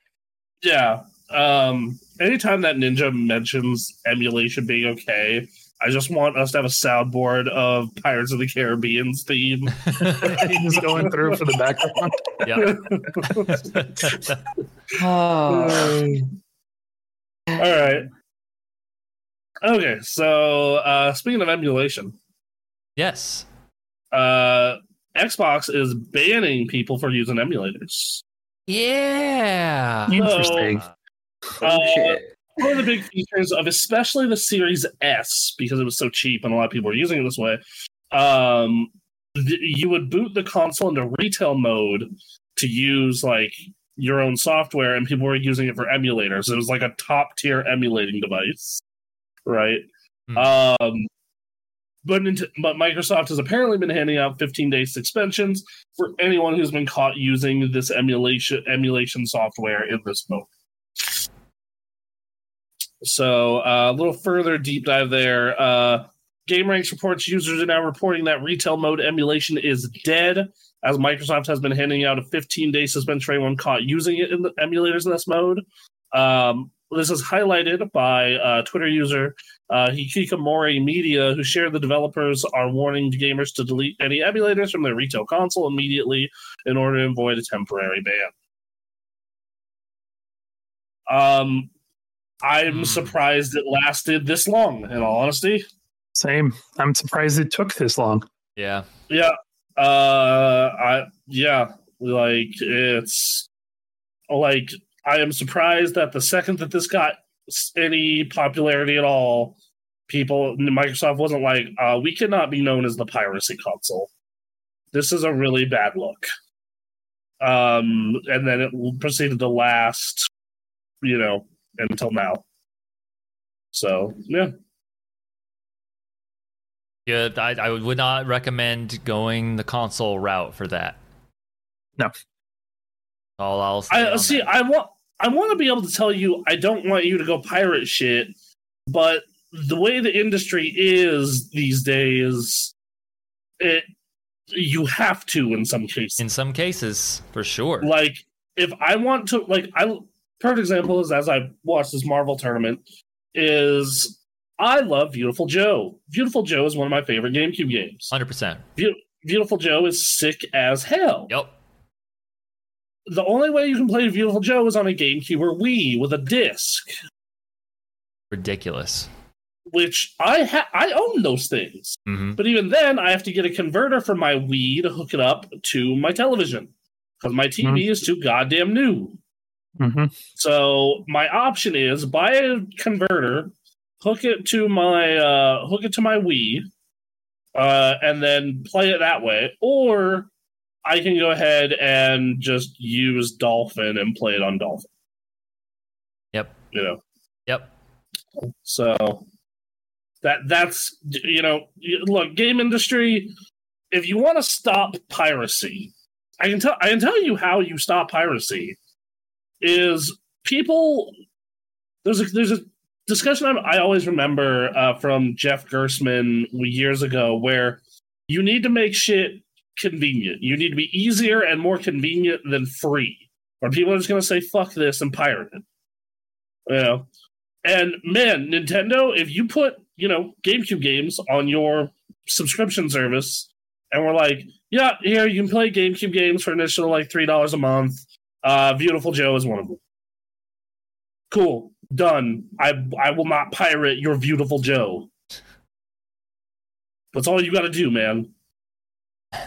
yeah. um, anytime that Ninja mentions emulation being okay, I just want us to have a soundboard of Pirates of the Caribbean's theme.
He's going through for the *laughs* background.
*laughs* Yep.
Oh.
Um, all right. Okay, so uh, speaking of emulation,
yes.
uh, Xbox is banning people for using emulators.
Oh.
Yeah.
Interesting.
Uh,
Shit.
one of the big features of especially the Series S, because it was so cheap and a lot of people were using it this way, um, th- you would boot the console into retail mode to use like your own software, and people were using it for emulators. It was like a top tier emulating device, right?
Hmm.
Um, but, Nint- but Microsoft has apparently been handing out 15 day suspensions for anyone who's been caught using this emulation emulation software in this mode. So uh, a little further deep dive there. Uh, GameRanks reports users are now reporting that retail mode emulation is dead, as Microsoft has been handing out a 15-day suspension for anyone caught using it in the emulators in this mode. Um, this is highlighted by uh, Twitter user uh, Hikikomori Media, who shared the developers are warning gamers to delete any emulators from their retail console immediately in order to avoid a temporary ban. Um, I'm
Hmm.
surprised it lasted this long. In all honesty,
Same. I'm surprised it took this long.
Yeah.
yeah, uh, I yeah, like it's like I am surprised that the second that this got s- any popularity at all, people Microsoft wasn't like uh, we cannot be known as the piracy console. This is a really bad look. Um, and then it proceeded to last, you know, until now. So yeah.
Yeah, I, I would not recommend going the console route for that.
No.
All I'll say
I
on
see.
that.
I want. I want to be able to tell you. I don't want you to go pirate shit, but the way the industry is these days, it you have to in some cases.
in some cases, for sure.
Like if I want to, like I perfect example is as I watched this Marvel tournament is I love Beautiful Joe. Beautiful Joe is one of my favorite GameCube games.
Hundred percent.
Beautiful Joe is sick as hell
Yep.
the only way you can play Beautiful Joe is on a GameCube or Wii with a disc,
Ridiculous.
which I ha- I own those things.
hmm
But even then, I have to get a converter from my Wii to hook it up to my television because my TV is too goddamn new.
Mm-hmm.
So my option is buy a converter, hook it to my uh, hook it to my Wii, uh, and then play it that way, or I can go ahead and just use Dolphin and play it on Dolphin.
Yep.
You know.
Yep.
So that that's you know, you- look, game industry. If you want to stop piracy, I can tell I can tell you how you stop piracy. Is people there's a there's a discussion I, I always remember uh, from Jeff Gersman years ago where you need to make shit convenient. You need to be easier and more convenient than free, or people are just going to say fuck this and pirate it. You know, and man, Nintendo, if you put, you know, GameCube games on your subscription service and we're like, yeah, here you can play GameCube games for an additional like three dollars a month. Uh Beautiful Joe is one of them. Cool. Done. I I will not pirate your beautiful Joe. That's all you gotta do, man.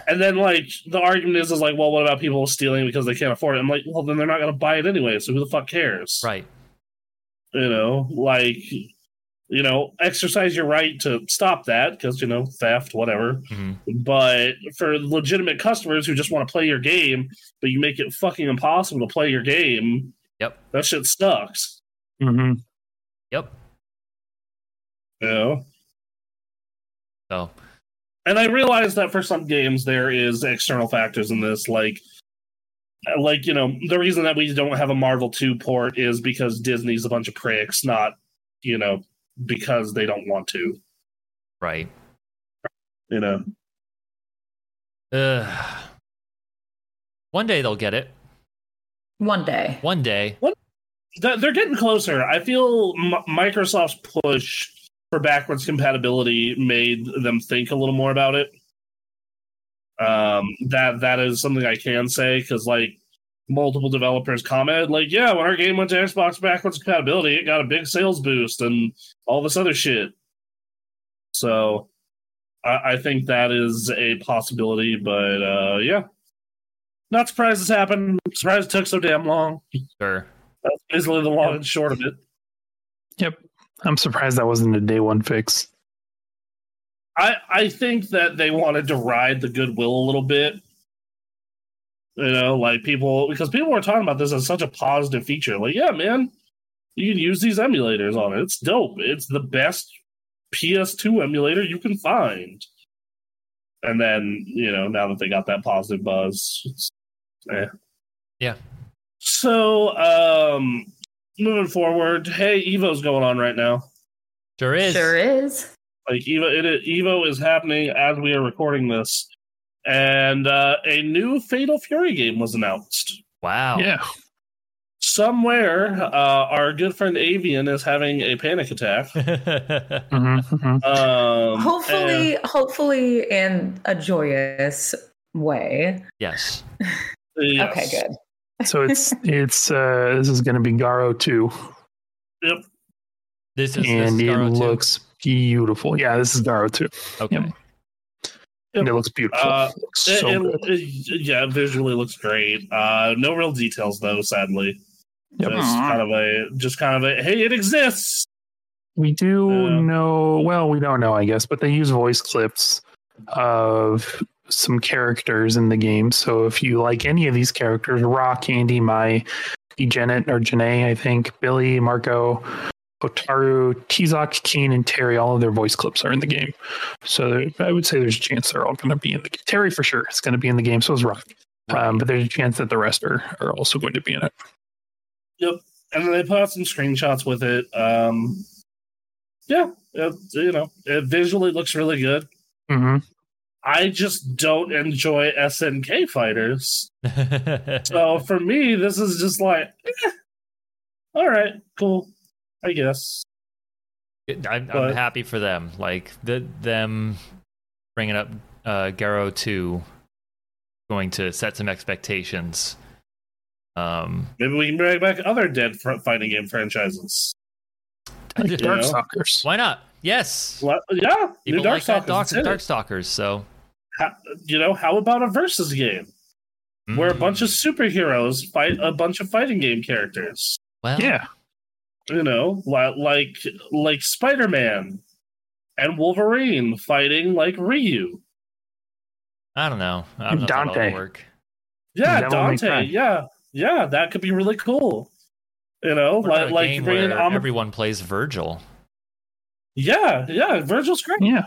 And then like the argument is is like, well, what about people stealing because they can't afford it? I'm like, well then they're not gonna buy it anyway, so who the fuck cares?
Right.
you know like you know exercise your right to stop that because you know theft whatever
hmm
but for legitimate customers who just want to play your game but you make it fucking impossible to play your game
Yep.
that shit sucks
Mm-hmm.
Yep.
you know
So
and i realize that for some games there is external factors in this like like you know the reason that we don't have a marvel 2 port is because disney's a bunch of pricks not you know because they don't want to
right.
you know
Ugh. One day they'll get it.
One day.
One day.
Th- They're getting closer. I feel M- Microsoft's push for backwards compatibility made them think a little more about it. Um, that that is something I can say because like multiple developers commented, like, yeah, when our game went to Xbox backwards compatibility, it got a big sales boost and all this other shit. So I, I think that is a possibility, but uh, yeah. Not surprised this happened. Surprised it took so damn long.
Sure.
That's basically the long and short of it.
I'm surprised that wasn't a day one fix.
I I think that they wanted to ride the goodwill a little bit. You know, like people because people were talking about this as such a positive feature. Like, yeah, man, you can use these emulators on it. It's dope. It's the best PS2 emulator you can find. And then, you know, now that they got that positive buzz, it's, eh.
Yeah.
So, um, moving forward, hey, Evo's going on right now.
Sure is.
Sure is.
Like Evo, it, it- Evo is happening as we are recording this, and uh, a new Fatal Fury game was announced.
Wow.
Yeah.
Somewhere, uh, our good friend Avian is having a panic attack.
Mm-hmm,
Um, and
hopefully, hopefully in a joyous way.
*laughs* yes.
yes.
Okay, good.
So it's it's uh this is gonna be Garo two,
This is this
and
is
it
Garo too?
looks beautiful. Yeah, this is Garo two,
okay. *laughs*
Yep. and it looks beautiful.
Uh,
It looks
It-
so
it-
good.
it- yeah, visually looks great. Uh, no real details though, sadly.
Yep.
Just kind of a, just kind of a, hey, it exists.
We do
Yeah.
know, well, we don't know, I guess, but they use voice clips of some characters in the game. So if you like any of these characters, Rock, Andy, Mai, Janet or Janae, I think, Billy, Marco, Otaru, Tizak, Keen, and Terry, all of their voice clips are in the game. So I would say there's a chance they're all going to be in the game. Terry for sure is going to be in the game. So is Rock. Um, but there's a chance that the rest are, are also going to be in it.
and then they put out some screenshots with it. Um, yeah, it, you know, it visually looks really good.
hmm
I just don't enjoy SNK fighters, so for me, this is just like, eh, all right, cool, I guess.
I'm, I'm
But-
happy for them. Like the, them bringing up uh, Garo two, going to set some expectations. Um,
Maybe we can bring back other dead fr- fighting game franchises.
I
Like
just-
Yeah.
Darkstalkers.
why not? Yes,
Well, yeah,
people
new
like that Dark,
Darkstalkers. Dark-
Darkstalkers. So
you know, how about a versus game
mm.
where a bunch of superheroes fight a bunch of fighting game characters?
well,
Yeah.
you know, li- like like Spider Man and Wolverine fighting like Ryu.
I don't know. I don't know if that'll
Dante.
work.
Yeah,
Devil May Cry.
Dante. Yeah, yeah, that could be really cool. You know,
What about
like
a
like
game
bringing
where
Om-
everyone plays Virgil.
yeah, yeah, Virgil's great.
Yeah.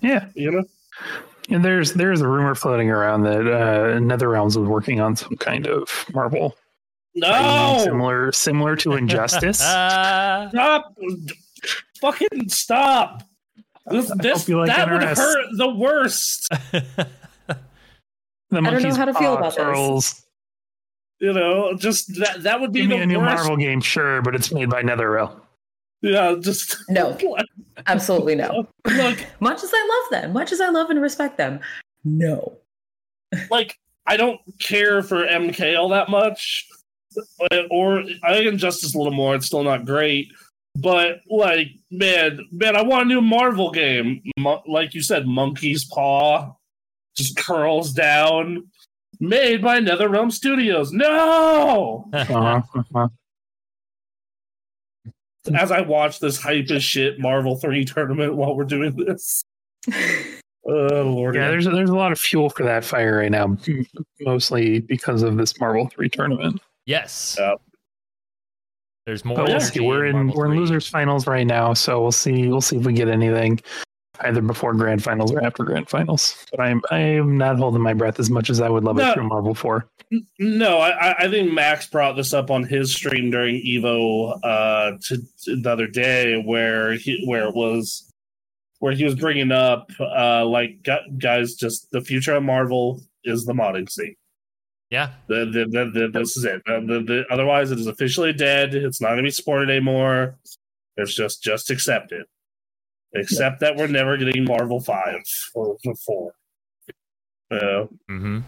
Yeah.
You know,
And there's there's a rumor floating around that uh, NetherRealms was working on some kind of Marvel fighting game
no,
similar similar
*laughs*
*laughs*
to Injustice. I Uh-huh.
Ah.
stop, fucking stop. This, this
hope you like
that would
NRS.
hurt the worst.
don't
know how to
uh,
feel about this.
this.
You know, just that that would be
Give me
the
a new
worst.
Marvel game, sure, but it's made by NetherRealm.
Yeah, just *laughs*
No, absolutely no.
look.
Much as I love them, much as I love and respect them, no. *laughs*
like I don't care for MK all that much, but- or I like Injustice a little more. It's still not great, but like man, man, I want a new Marvel game. Mo- like you said, Monkey's Paw just curls down, made by NetherRealm Studios. No,
Uh-huh, uh-huh.
as I watch this hype as shit Marvel three tournament while we're doing this. Oh lord,
Yeah, there's there's a lot of fuel for that fire right now, mostly because of this Marvel three tournament.
yes.
Yeah.
There's
Oh,
more.
But we'll
energy
see. We're in
Marvel
we're in
3.
losers finals right now, so we'll see we'll see if we get anything either before grand finals or after grand finals. But I'm I am not holding my breath as much as I would love
No.
it through Marvel Four.
No, I, I- I think Max brought this up on his stream during Evo uh, to, to the other day, where he where it was where he was bringing up uh, like gu- guys, just the future of Marvel is the modding scene.
Yeah.
The, the, the, the, this is it. The, the, the, otherwise, it is officially dead. It's not going to be supported anymore. It's just just accept it. Accept that we're never getting Marvel Five or Four. Uh,
Mm-hmm.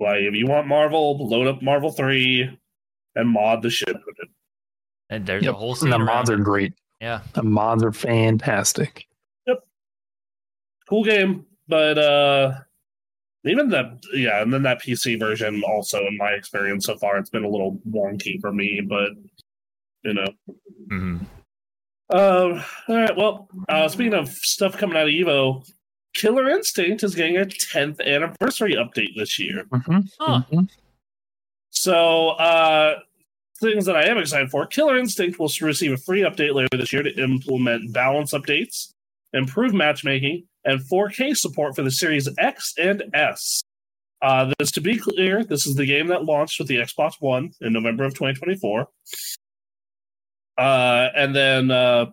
like if you want Marvel, load up Marvel Three and mod the shit out of it.
And there's
Yep.
a whole scene.
And the
around
mods
it.
are great.
Yeah.
The mods are fantastic.
Cool game, but uh even the yeah, and then that PC version also, in my experience so far, it's been a little wonky for me. But you know,
hmm
Mm-hmm. Uh, all right. Well, uh, speaking of stuff coming out of Evo, Killer Instinct is getting a 10th anniversary update this year.
Mhm,
Huh.
mhm.
So, uh, things that I am excited for Killer Instinct will receive a free update later this year to implement balance updates, improve matchmaking, and 4K support for the Series X and S. Uh, this, to be clear, this is the game that launched with the Xbox One in November of 2024. Uh, and then, uh,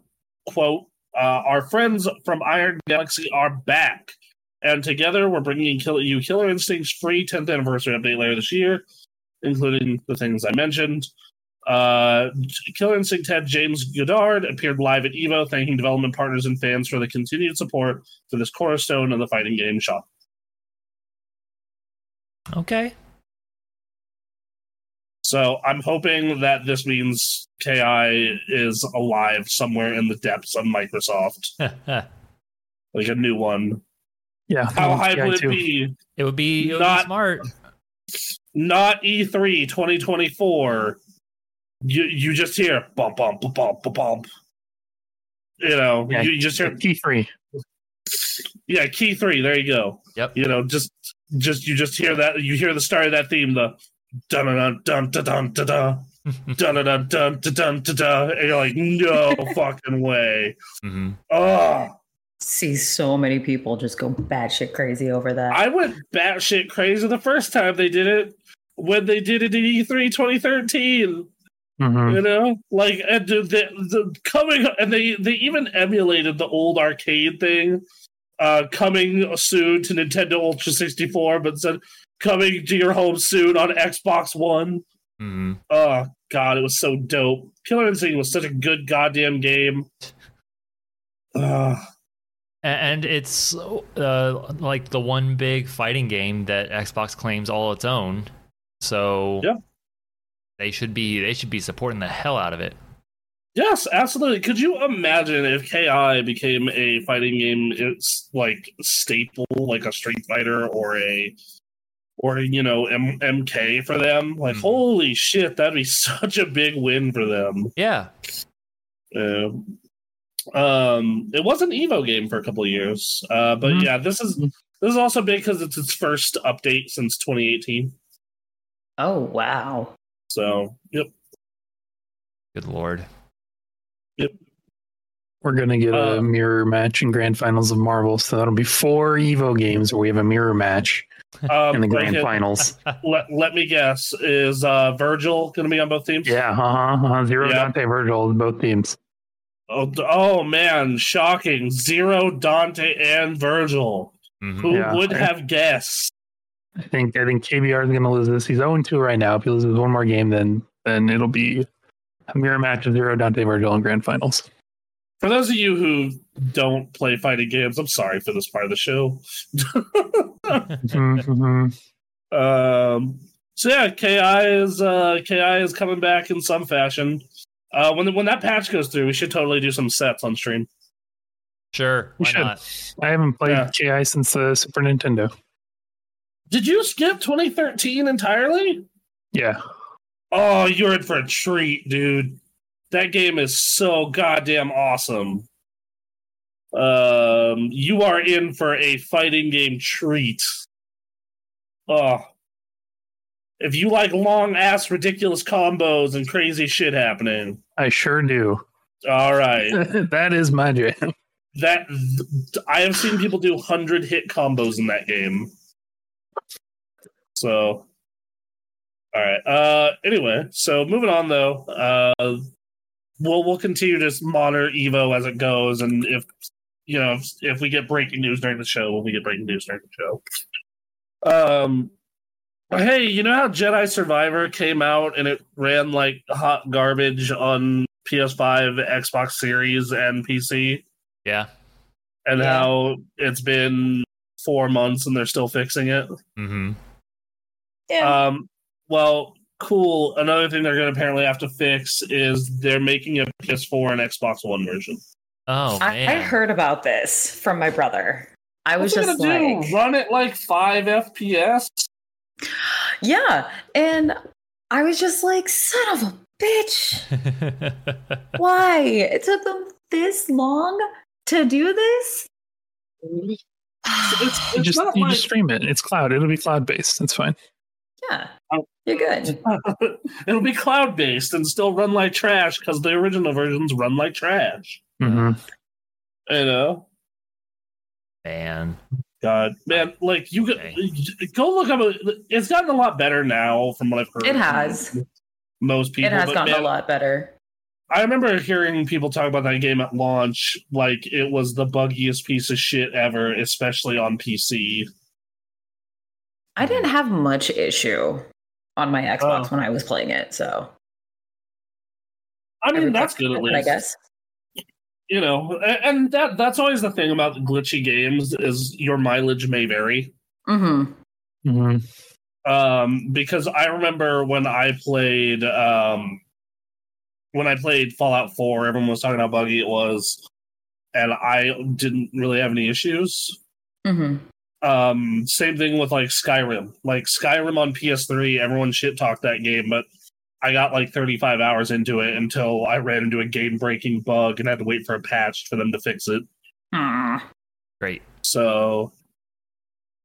quote, uh, our friends from Iron Galaxy are back. And together, we're bringing Kill- you Killer Instinct's free 10th anniversary update later this year including the things I mentioned. Uh, Killer Instinct head James Goddard appeared live at Evo, thanking development partners and fans for the continued support for this cornerstone of the fighting game shop.
Okay. *laughs*
So I'm hoping that this means KI is alive somewhere in the depths of Microsoft,
it
like a new one.
Yeah. um,
How
yeah,
hype would it
Mm, too.
be?
would be, it would
Not-
be smart.
Not E E3 2024. You you just hear bump bump bump bump bump bump. You know,
Yeah.
you you just hear
Key three.
Yeah, key three. There you go.
Yep. *laughs*
You know, just just you just hear that you hear the start of that theme, the dun dun dun dun dun dun dun dun dun dun dun dun dun dun dun, and you're like, no fucking way.
hmm
Oh,
See so many people just go batshit crazy over that.
I went batshit crazy the first time they did it when they did it in E E3 2013.
Mhm.
You know, like and the, the, the coming and they they even emulated the old arcade thing, uh, coming soon to Nintendo Ultra sixty four, but said coming to your home soon on Xbox One.
hmm
Oh God, it was so dope. Killer Instinct was such a good goddamn game. Ugh.
And it's uh, like the one big fighting game that Xbox claims all its own. So
Yeah.
they should be they should be supporting the hell out of it.
Yes, absolutely. Could you imagine if KI became a fighting game it's like staple, like a Street Fighter or a or you know M- MK for them? Like
Mhm.
holy shit, that'd be *laughs* such a big win for them.
Yeah.
Um, um, it was an Evo game for a couple of years, uh, but
Mhm.
yeah, this is this is also big because it's its first update since 2018.
oh wow.
So yep,
Good lord.
We're gonna get
Uh,
a mirror match in grand finals of Marvel, so that'll be four Evo games where we have a mirror match
um,
in the grand
Lincoln, *laughs*
finals.
let, let me guess, is uh, Virgil going to be on both teams?
yeah, uh-huh, uh-huh. Zero
Yeah.
Dante Virgil, both teams.
Oh, d- oh man, shocking. Zero Dante and Virgil.
Mhm.
Who
Yeah.
would have guessed?
I think I think KBR is gonna lose this. He's 0-2 right now. If he loses one more game, then then it'll be a mirror match of zero Dante Virgil in
*laughs*
grand finals.
For those of you who don't play fighting games, I'm sorry for this part of the show.
Mhm, mhm.
Um, so yeah, KI is uh, KI is coming back in some fashion. Uh, when when that patch goes through, we should totally do some sets on stream.
*laughs* Sure.
We
Why
should.
not?
I haven't played
Yeah.
KI since the Super Nintendo.
Did you skip 2013 entirely?
Yeah.
Oh, you're in for a treat, dude. That game is so goddamn awesome. Um, you are in for a fighting game treat. Oh. If you like long ass ridiculous combos and crazy shit happening,
I sure do.
all right.
*laughs* that is my jam.
That I have seen people do 100 hit combos in that game. So all right. Uh anyway, so moving on though. Uh we'll we'll continue to monitor Evo as it goes and if you know, if, if we get breaking news during the show, when we get breaking news during the show. Um Hey, you know how Jedi Survivor came out and it ran like hot garbage on PS5, Xbox Series, and PC?
Yeah.
And how it's been four months and they're still fixing it?
Mm-hmm.
Yeah.
Um, well, cool. Another thing they're going to apparently have to fix is they're making a PS4 and Xbox One version.
Oh
I,
man.
I heard about this from my brother. I was just like,
run it like five FPS?
yeah. And I was just like, son of a bitch. Why? It took them this long to do this?
It's,
You
it's
just
not
you
like,
just stream it. It's cloud. It'll be cloud based. That's fine.
*sighs* yeah.
Oh.
You're good.
*laughs* it'll be cloud based and still run like trash because the original versions run like trash.
hmm
You know.
*laughs* man.
God, man, like you go,
Okay.
go look up. A, it's gotten a lot better now, from what I've heard.
It
from
has.
Most people.
It has
but
gotten
man,
a lot better.
I remember hearing people talk about that game at launch, like it was the buggiest piece of shit ever, especially on PC.
I didn't have much issue on my Xbox
Oh.
when I was playing it, so
I mean,
Every
that's
person
good at
has it,
least.
I guess.
You know, a- and that that's always the thing about glitchy games is your mileage may vary.
Mm-hmm.
hmm
um, because I remember when I played um, when I played Fallout Four, everyone was talking how buggy it was, and I didn't really have any issues.
Mm-hmm.
Um, same thing with like Skyrim. Like Skyrim on PS3, everyone shit talked that game, but I got like 35 hours into it until I ran into a game breaking bug and had to wait for a patch for them to fix it.
Great.
So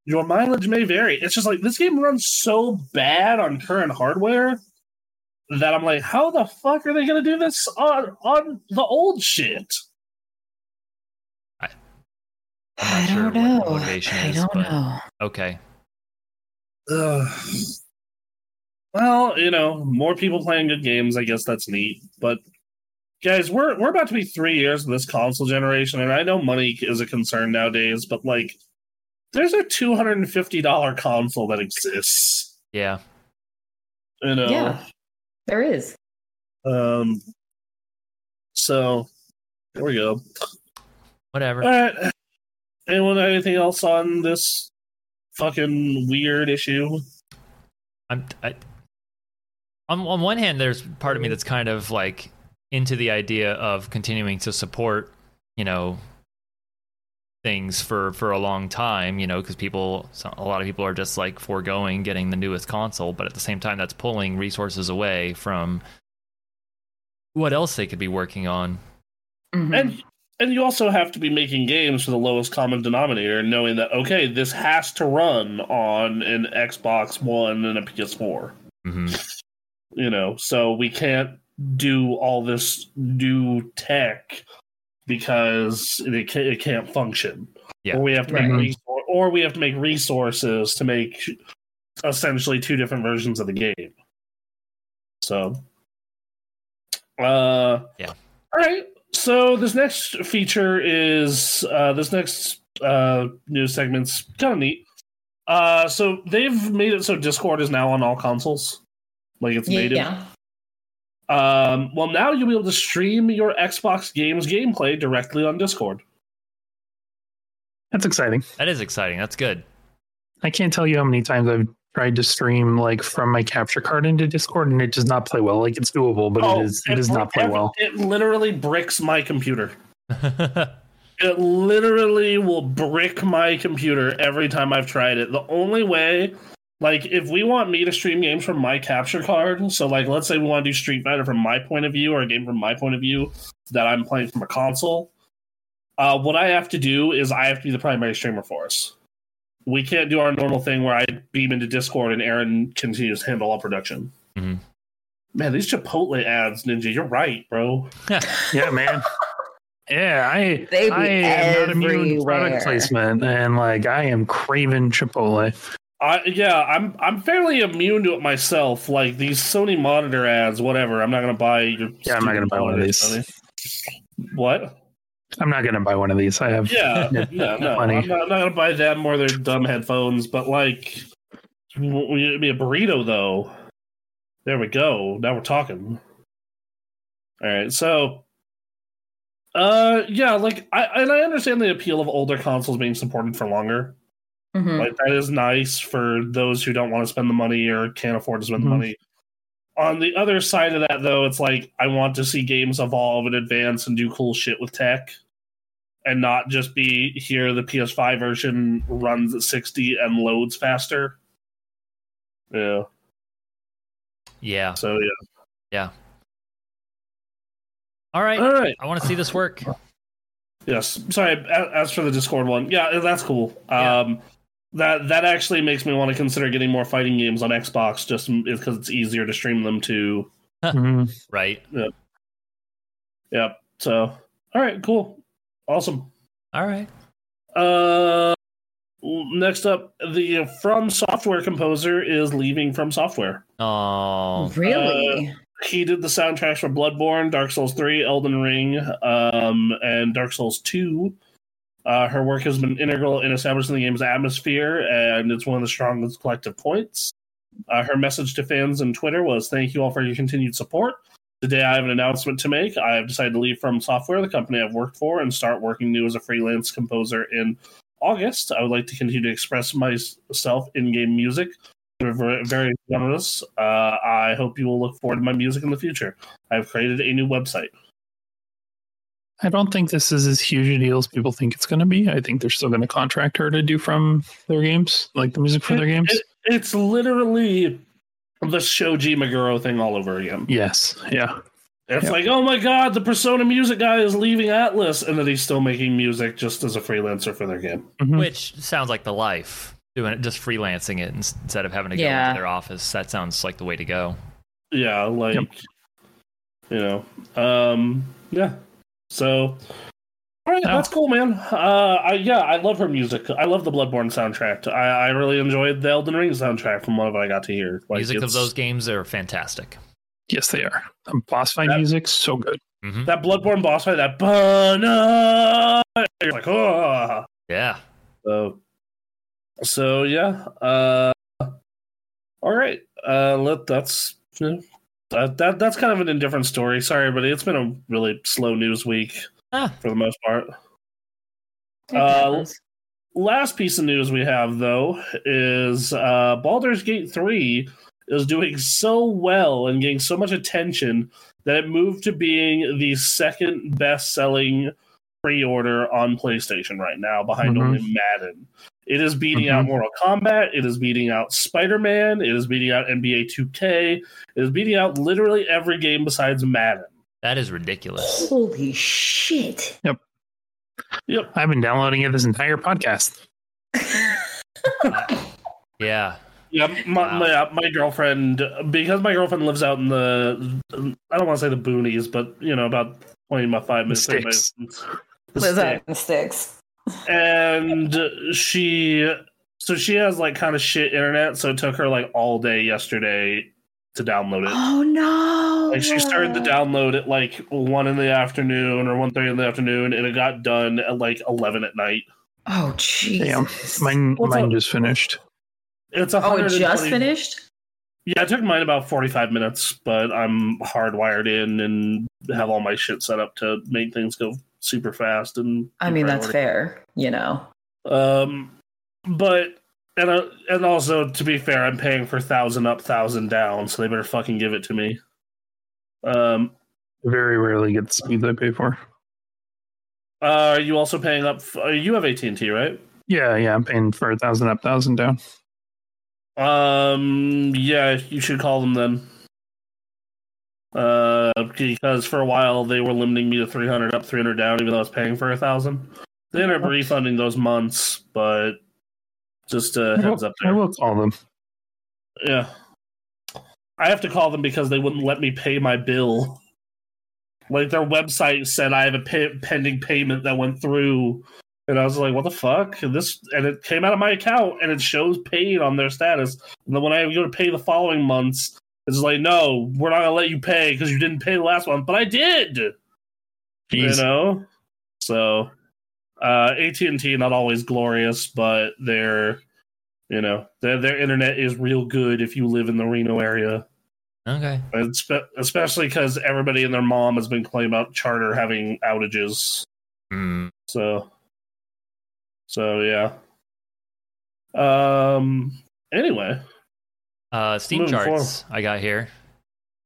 your mileage may vary. It's just like this game runs so bad on current hardware that I'm like, how the fuck are they gonna do this on on the old shit?
I
I'm not sure what
don't
the
know.
motivation
I
is,
don't
but-
know.
Okay.
Ugh. Well, you know, more people playing good games, I guess that's neat. But guys, we're we're about to be three years of this console generation, and I know money is a concern nowadays, but like there's a two hundred and fifty dollar console that exists.
Yeah.
You know.
Yeah, there is.
Um, so there we go. All
Whatever.
right. Anyone got anything else on this fucking weird issue?
I'm I, on on one hand, there's part of me that's kind of like into the idea of continuing to support, you know, things for for a long time, you know, because people, so- a lot of people are just like foregoing getting the newest console, but at the same time, that's pulling resources away from what else they could be working on.
Mhm.
And and you also have to be making games for the lowest common denominator, and knowing that okay, this has to run on an Xbox One and a PS4.
hmm
You know, so we can't do all this new tech because it can't, it can't function.
Yeah.
Or we have to
Right.
make resor- or we have to make resources to make essentially two different versions of the game. So uh
Yeah.
All right. So this next feature is uh this next uh news segment's kind of neat. Uh so they've made it so Discord is now on all consoles. Like it's native.
yeah.
Um, well, now you'll be able to stream your Xbox games gameplay directly on Discord.
That's exciting.
That is exciting. That's good. *laughs*
I can't tell you how many times I've tried to stream like from my capture card into Discord and it does not play well. Like it's doable, but it is it does not play
Oh, every- *laughs*
well.
It literally bricks my computer. It literally will brick my computer every time I've tried it. The only way, like, if we want me to stream games from my capture card, so like, let's say we want to do Street Fighter from my point of view or a game from my point of view that I'm playing from a console, uh, what I have to do is I have to be the primary streamer for us. We can't do our normal thing where I beam into Discord and Aaron continues to handle all production.
Mhm.
Man, these Chipotle ads, Ninja, you're right, bro.
Yeah, man. Yeah, I
They be
I am not immune to
everywhere.
product placement and like I am craving Chipotle.
I yeah, I'm I'm fairly immune to it myself. Like these Sony monitor ads, whatever. I'm not gonna buy your.
Yeah, I'm not gonna buy one of
stupid
these.
monitors, Sony. What?
I'm not gonna buy one of these. I have *laughs*
Yeah, no, no,
Funny.
I'm not, I'm not gonna buy them or their dumb headphones. But like, It'd be a burrito, though. There we go. Now we're talking. All right. So, uh, yeah, like I and I understand the appeal of older consoles being supported for longer.
Mhm.
Like that is nice for those who don't want to spend the money or can't afford to spend
Mhm.
the money. On the other side of that, though, it's like I want to see games evolve and advance and do cool shit with tech, and not just be here. The PS5 version runs at sixty and loads faster. Yeah.
Yeah.
So yeah.
All right.
All right.
I want to see this work.
Yes. Sorry. a- As for the Discord one, yeah, that's cool.
Yeah.
Um, that that actually makes me want to consider getting more fighting games on Xbox, just because it's easier to stream them to.
Mhm.
Right.
Yep. So, all right, cool, awesome.
All right.
Uh, next up, the From Software composer is leaving From Software. uh,
Oh.
Hmm. really?
He did the soundtracks for Bloodborne, Dark Souls Three, Elden Ring, um, and Dark Souls Two. Uh, her work has been integral in establishing the game's atmosphere, and it's one of the strongest collective points. Uh, her message to fans on Twitter was Thank you all for your continued support. Today, I have an announcement to make. I have decided to leave From Software, the company I've worked for, and start working new as a freelance composer in August. I would like to continue to express myself in game music through ver- various genres. Uh, I hope you will look forward to my music in the future. I've created a new website.
I don't think this is as huge a deal as people think it's going to be. I think they're still going to contract her to do from their games, like the music for their games.
It's literally the Shoji Meguro thing all over again.
Yes. Yeah.
It's
Yeah.
like, oh my god, the Persona music guy is leaving Atlas, and then he's still making music just as a freelancer for their game.
Mhm.
Which sounds like the life. Doing it, just freelancing it ins- instead of having to go
Yeah.
into their office. That sounds like the way to go.
Yeah, like
Yep.
you know, um, yeah. So, all right,
No.
that's cool, man. Uh, I, yeah, I love her music. I love the Bloodborne soundtrack. I, I really enjoyed the Elden Ring soundtrack from what I got to hear. Like,
Music of
it's-
those games are fantastic.
Yes, they are. Um, boss fight
That-
music, so good.
hmm
that Bloodborne boss fight, that Bana, you're like, oh.
Yeah.
So, so yeah. Uh, all right. Uh, let that's yeah, that, that that's kind of an indifferent story. Sorry, everybody. It's been a really slow news week
Ah.
for the most part.
It
Uh,
happens.
Last piece of news we have though is uh, Baldur's Gate three is doing so well and getting so much attention that it moved to being the second best selling pre-order on PlayStation right now behind
Mhm.
only Madden. It is beating out
Mhm.
Mortal Kombat, it is beating out Spider-Man, it is beating out NBA 2K, it is beating out literally every game besides Madden.
That is
*laughs*
ridiculous. *laughs*
Holy shit.
I've been downloading it this entire podcast.
Yeah.
Yeah, my,
Wow.
my, uh, my girlfriend because my girlfriend lives out in the I don't want to say the boonies, but you know about twenty my five minutes. away.
sticks.
The
Lives out in
stick.
the sticks.
And she so she has like kind of shit internet, so it took her like all day yesterday to download it.
Oh no.
Like she started to
Oh.
download at like one in the afternoon or one thirty in the afternoon, and it got done at like eleven at night.
Oh jeez.
Damn. Mine,
What's
mine
up?
just finished.
It's a
Oh, it just finished?
Yeah, it took mine about 45 minutes, but I'm hardwired in and have all my shit set up to make things go super fast. And
I mean, that's fair, you know.
Um, but and uh, and also to be fair, I'm paying for thousand up, thousand down, so they better fucking give it to me. Um,
Very rarely get the speeds I pay for.
uh, are you also paying up? f- uh, you have AT and T, right?
Yeah, yeah, I'm paying for a thousand up, thousand down.
Um, yeah, you should call them then. Uh, because for a while they were limiting me to 300 up, 300 down, even though I was paying for a thousand. They ended up refunding those months, but just a
I will,
heads up
I
there.
will call them.
Yeah. I have to call them because they wouldn't let me pay my bill. Like their website said, I have a pay- pending payment that went through, and I was like, "What the fuck?" And this, and it came out of my account, and it shows paid on their status. And then when I go to pay the following months, it's like, "No, we're not gonna let you pay because you didn't pay the last one." But I did,
Jeez.
you know. So, uh, AT and T not always glorious, but they're You know, their their internet is real good if you live in the Reno area,
Okay.
And spe- especially because everybody and their mom has been complaining about Charter having outages.
Mm.
So, so yeah. Um. Anyway,
Uh, Steam
Moving
charts I got here.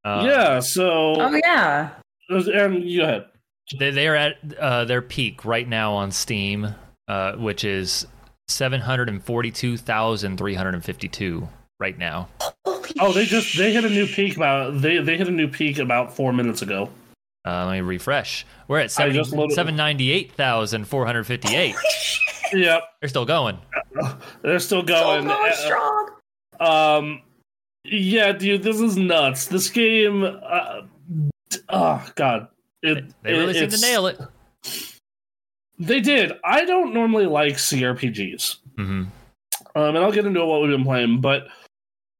Uh,
yeah. So,
Oh yeah.
Aaron, you go ahead.
they, they are at uh, their peak right now on Steam, uh, which is seven hundred and forty-two thousand three hundred and fifty-two right now.
Holy
Oh, they just they hit a new peak about they they hit a new peak about four minutes ago.
Uh, let me refresh. We're at
I just loaded-
seven ninety-eight thousand four hundred fifty-eight.
Yep,
They're still going.
they're still
so
going. Uh,
going strong.
Um, yeah, dude, this is nuts. This game, uh, t- oh god,
They
*laughs* it,
they really seem
it-
to
it's-
nail it.
They did. I don't normally like CRPGs,
Mm-hmm.
um, and I'll get into what we've been playing, but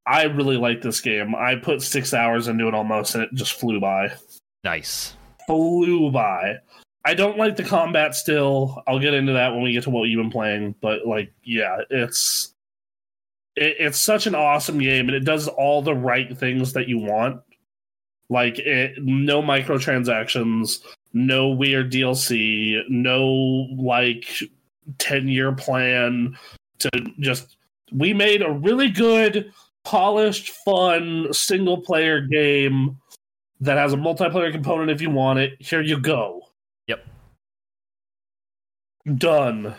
I really like this game. I put six hours into it almost, and it just flew by.
Nice.
Flew by. I don't like the combat still. I'll get into that when we get to what you've been playing, but like, yeah, it's it, it's such an awesome game, and it does all the right things that you want. Like, it, no microtransactions, no weird DLC, no like ten year plan to just. We made a really good, polished, fun single player game that has a multiplayer component if you want it. Here you go.
Yep.
Done.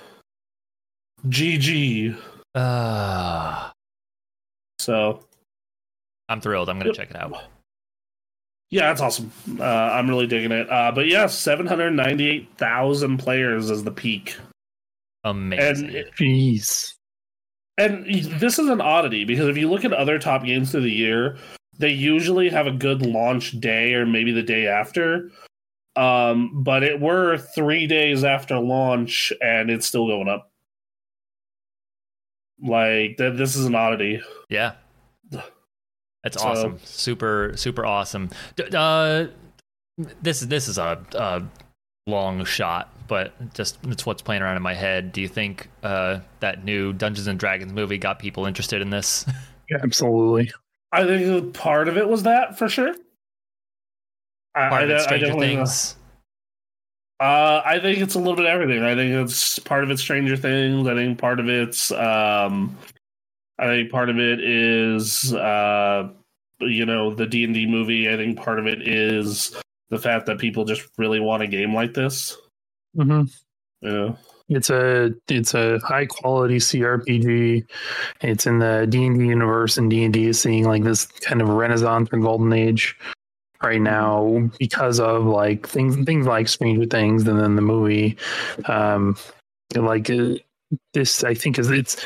GG.
Uh,
So
I'm thrilled. I'm gonna
Yep.
check it out.
yeah, it's awesome. Uh, I'm really digging it. Uh, but yeah, seven hundred ninety-eight thousand players is the peak,
Amazing.
and
Jeez.
and this is an oddity because if you look at other top games through the year, they usually have a good launch day or maybe the day after. Um, but it were three days after launch, and it's still going up. Like th- this is an oddity.
Yeah. That's
So-
awesome. Super, super awesome. D- uh, this is this is a, a long shot, but just it's what's playing around in my head. Do you think uh, that new Dungeons and Dragons movie got people interested in this?
Yeah, absolutely.
I think part of it was that for sure. I,
Part
I,
of it,
I
Stranger
definitely-
Things.
Uh, I think it's a little bit of everything. I think it's part of it's Stranger Things. I think part of it's, um, I think part of it is, uh, you know, the D and D movie. I think part of it is the fact that people just really want a game like this.
hmm
You know?
It's a it's a high quality CRPG. It's in the D and D universe, and D and D is seeing like this kind of renaissance or golden age right now because of like things things like Stranger Things, and then the movie. Um, like uh, this, I think is it's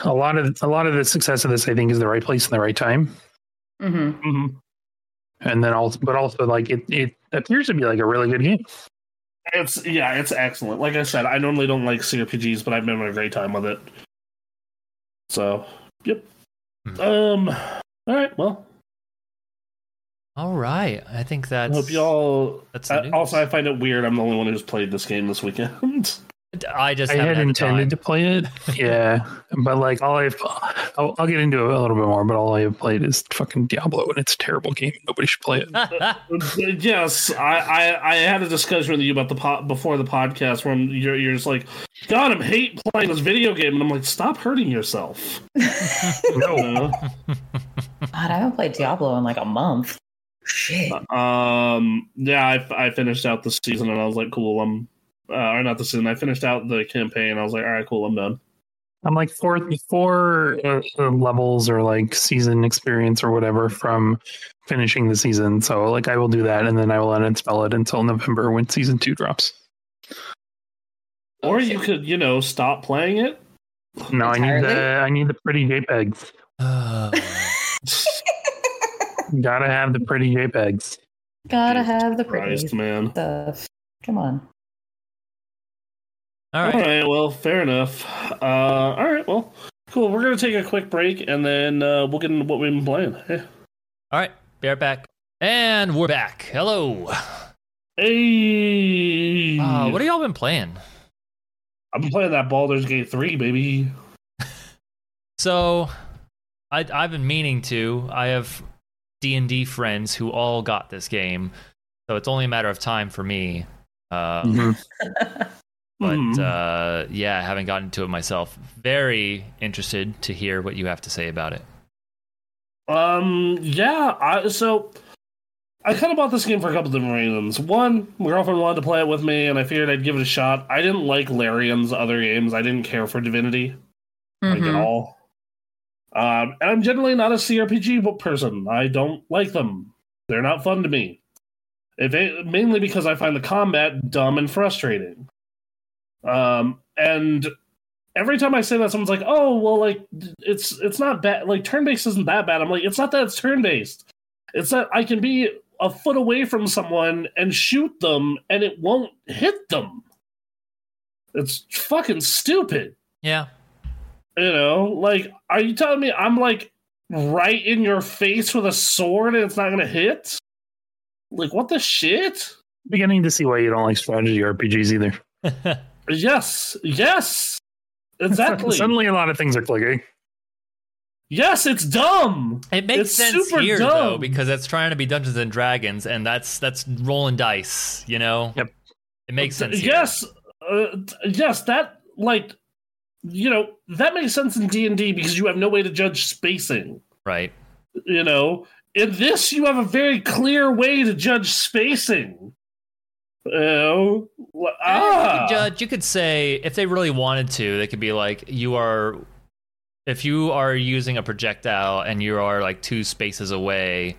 a lot of a lot of the success of this. I think is the right place and the right time.
hmm
and then also but also like it it appears to be like a really good game
It's yeah, it's excellent. Like I said, I normally don't like CRPGs, but I've been having a great time with it. So, yep.
Hmm.
Um. All right. Well,
All right, I think that's.
I hope y'all
That's the
Uh,
news.
also, I find it weird. I'm the only one who's played this game this weekend. *laughs*
I just
i
haven't had
had
the
intended to
time.
play
*laughs*
it *laughs* yeah but like all i've I'll, I'll get into it a little bit more but all i've played is fucking diablo and it's a terrible game nobody should play it
*laughs*
yes, I, I I had a discussion with you about the po- before the podcast where you're you're just like, God, I hate playing this video game, and I'm like, stop hurting yourself. You
no
know?
*laughs* God, I haven't played Diablo in like a month. Shit.
um, yeah, I, I finished out the season, and I was like, cool, I'm. Uh, or not the season. I finished out the campaign. I was like, all right, cool, I'm done.
i'm like four four uh, uh, levels or like season experience or whatever from finishing the season so like i will do that and then i will uninstall it until november when season two drops
Or you could, you know, stop playing it.
no i need the
Entirely?
i need the pretty jpegs gotta have the pretty jpegs
*laughs* Gotta
Jesus
have the pretty *laughs*
Christ, man.
stuff. Come on.
All
All
right.
right. Well, fair enough. Uh, all right. Well, cool. We're gonna take a quick break and then uh, we'll get into what we've been playing. Hey.
All right. Be right back. And we're back. Hello.
Hey.
Uh, what have y'all been playing?
I've been playing that Baldur's Gate three, baby.
So, I, I've been meaning to. I have D and D friends who all got this game, so it's only a matter of time for me. Uh,
Mhm.
But
Hmm.
uh, yeah, I haven't gotten to it myself. Very interested to hear what you have to say about it.
Um, yeah. I, so I kind of bought this game for a couple different reasons. One, my girlfriend wanted to play it with me, and I figured I'd give it a shot. I didn't like Larian's other games. I didn't care for Divinity like uh, at
Mhm.
all. Um, and I'm generally not a CRPG bo- person. I don't like them. They're not fun to me. If it, mainly because I find the combat dumb and frustrating. Um, and every time I say that, someone's like, "Oh, well, like it's it's not bad. Like turn based isn't that bad." I'm like, "It's not that it's turn based. It's that I can be a foot away from someone and shoot them, and it won't hit them. It's fucking stupid."
Yeah, *laughs*
You know, like, are you telling me I'm like right in your face with a sword and it's not gonna hit? Like, what the shit?
Beginning to see why you don't like strategy RPGs either.
Yes, yes, exactly.
*laughs* Suddenly, a lot of things are clicking.
yes, it's dumb.
it makes
It's
sense
super
here
dumb.
though because that's trying to be Dungeons and Dragons, and that's that's rolling dice. You know.
Yep.
It makes sense. here.
Yes, uh, t- yes, that like, you know, that makes sense in D and D because you have no way to judge spacing.
Right.
You know, in this, you have a very clear way to judge spacing. You know,
Uh,
ah,
You could judge. You could say if they really wanted to, they could be like, "You are, if you are using a projectile and you are like two spaces away."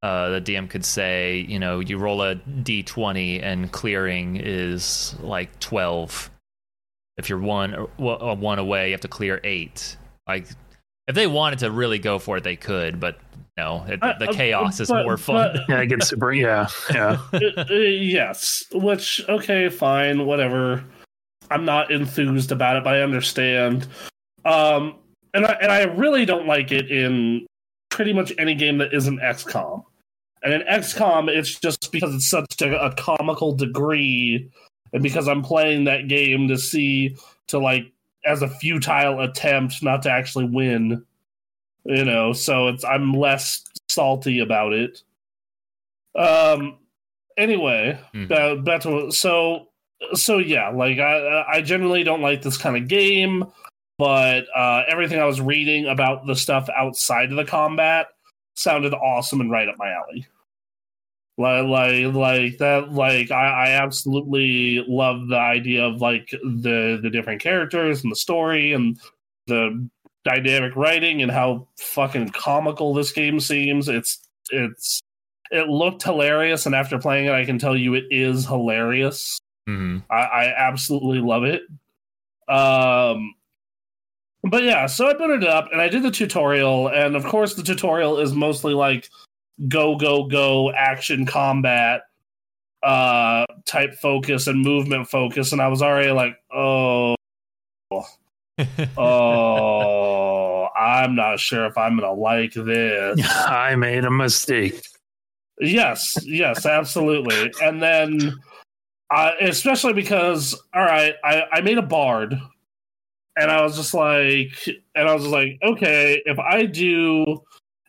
Uh, the DM could say, you know, you roll a d20 and clearing is like 12. If you're one or well, uh, one away, you have to clear eight. Like, if they wanted to really go for it, they could, but no, it,
Uh,
the
uh,
chaos is
but-
more fun.
Yeah, it
*laughs*
gets super. Yeah,
*laughs*
yeah.
Uh, uh, yes, which okay, fine, whatever. I'm not enthused about it, but I understand. Um, and I and I really don't like it in pretty much any game that isn't XCOM. And in XCOM, it's just because it's such a, a comical degree, and because I'm playing that game to see to like as a futile attempt not to actually win. You know, so it's I'm less salty about it. Um. Anyway,
Mhm.
that, that's what, so so yeah. Like I I generally don't like this kind of game, but uh, everything I was reading about the stuff outside of the combat sounded awesome and right up my alley. Like like like that like I, I absolutely love the idea of like the the different characters and the story and the dynamic writing and how fucking comical this game seems. It's it's it looked hilarious, and after playing it, I can tell you it is hilarious.
hmm
I, I absolutely love it. Um, but yeah, so I booted it up and I did the tutorial, and of course the tutorial is mostly like go go go action combat uh type focus and movement focus, and I was already like, oh uh, oh, I'm not sure if I'm gonna like this.
I made a mistake.
Yes, yes, absolutely. And then, uh, especially because, all right, I, I made a bard, and I was just like, and I was just like, okay, if I do,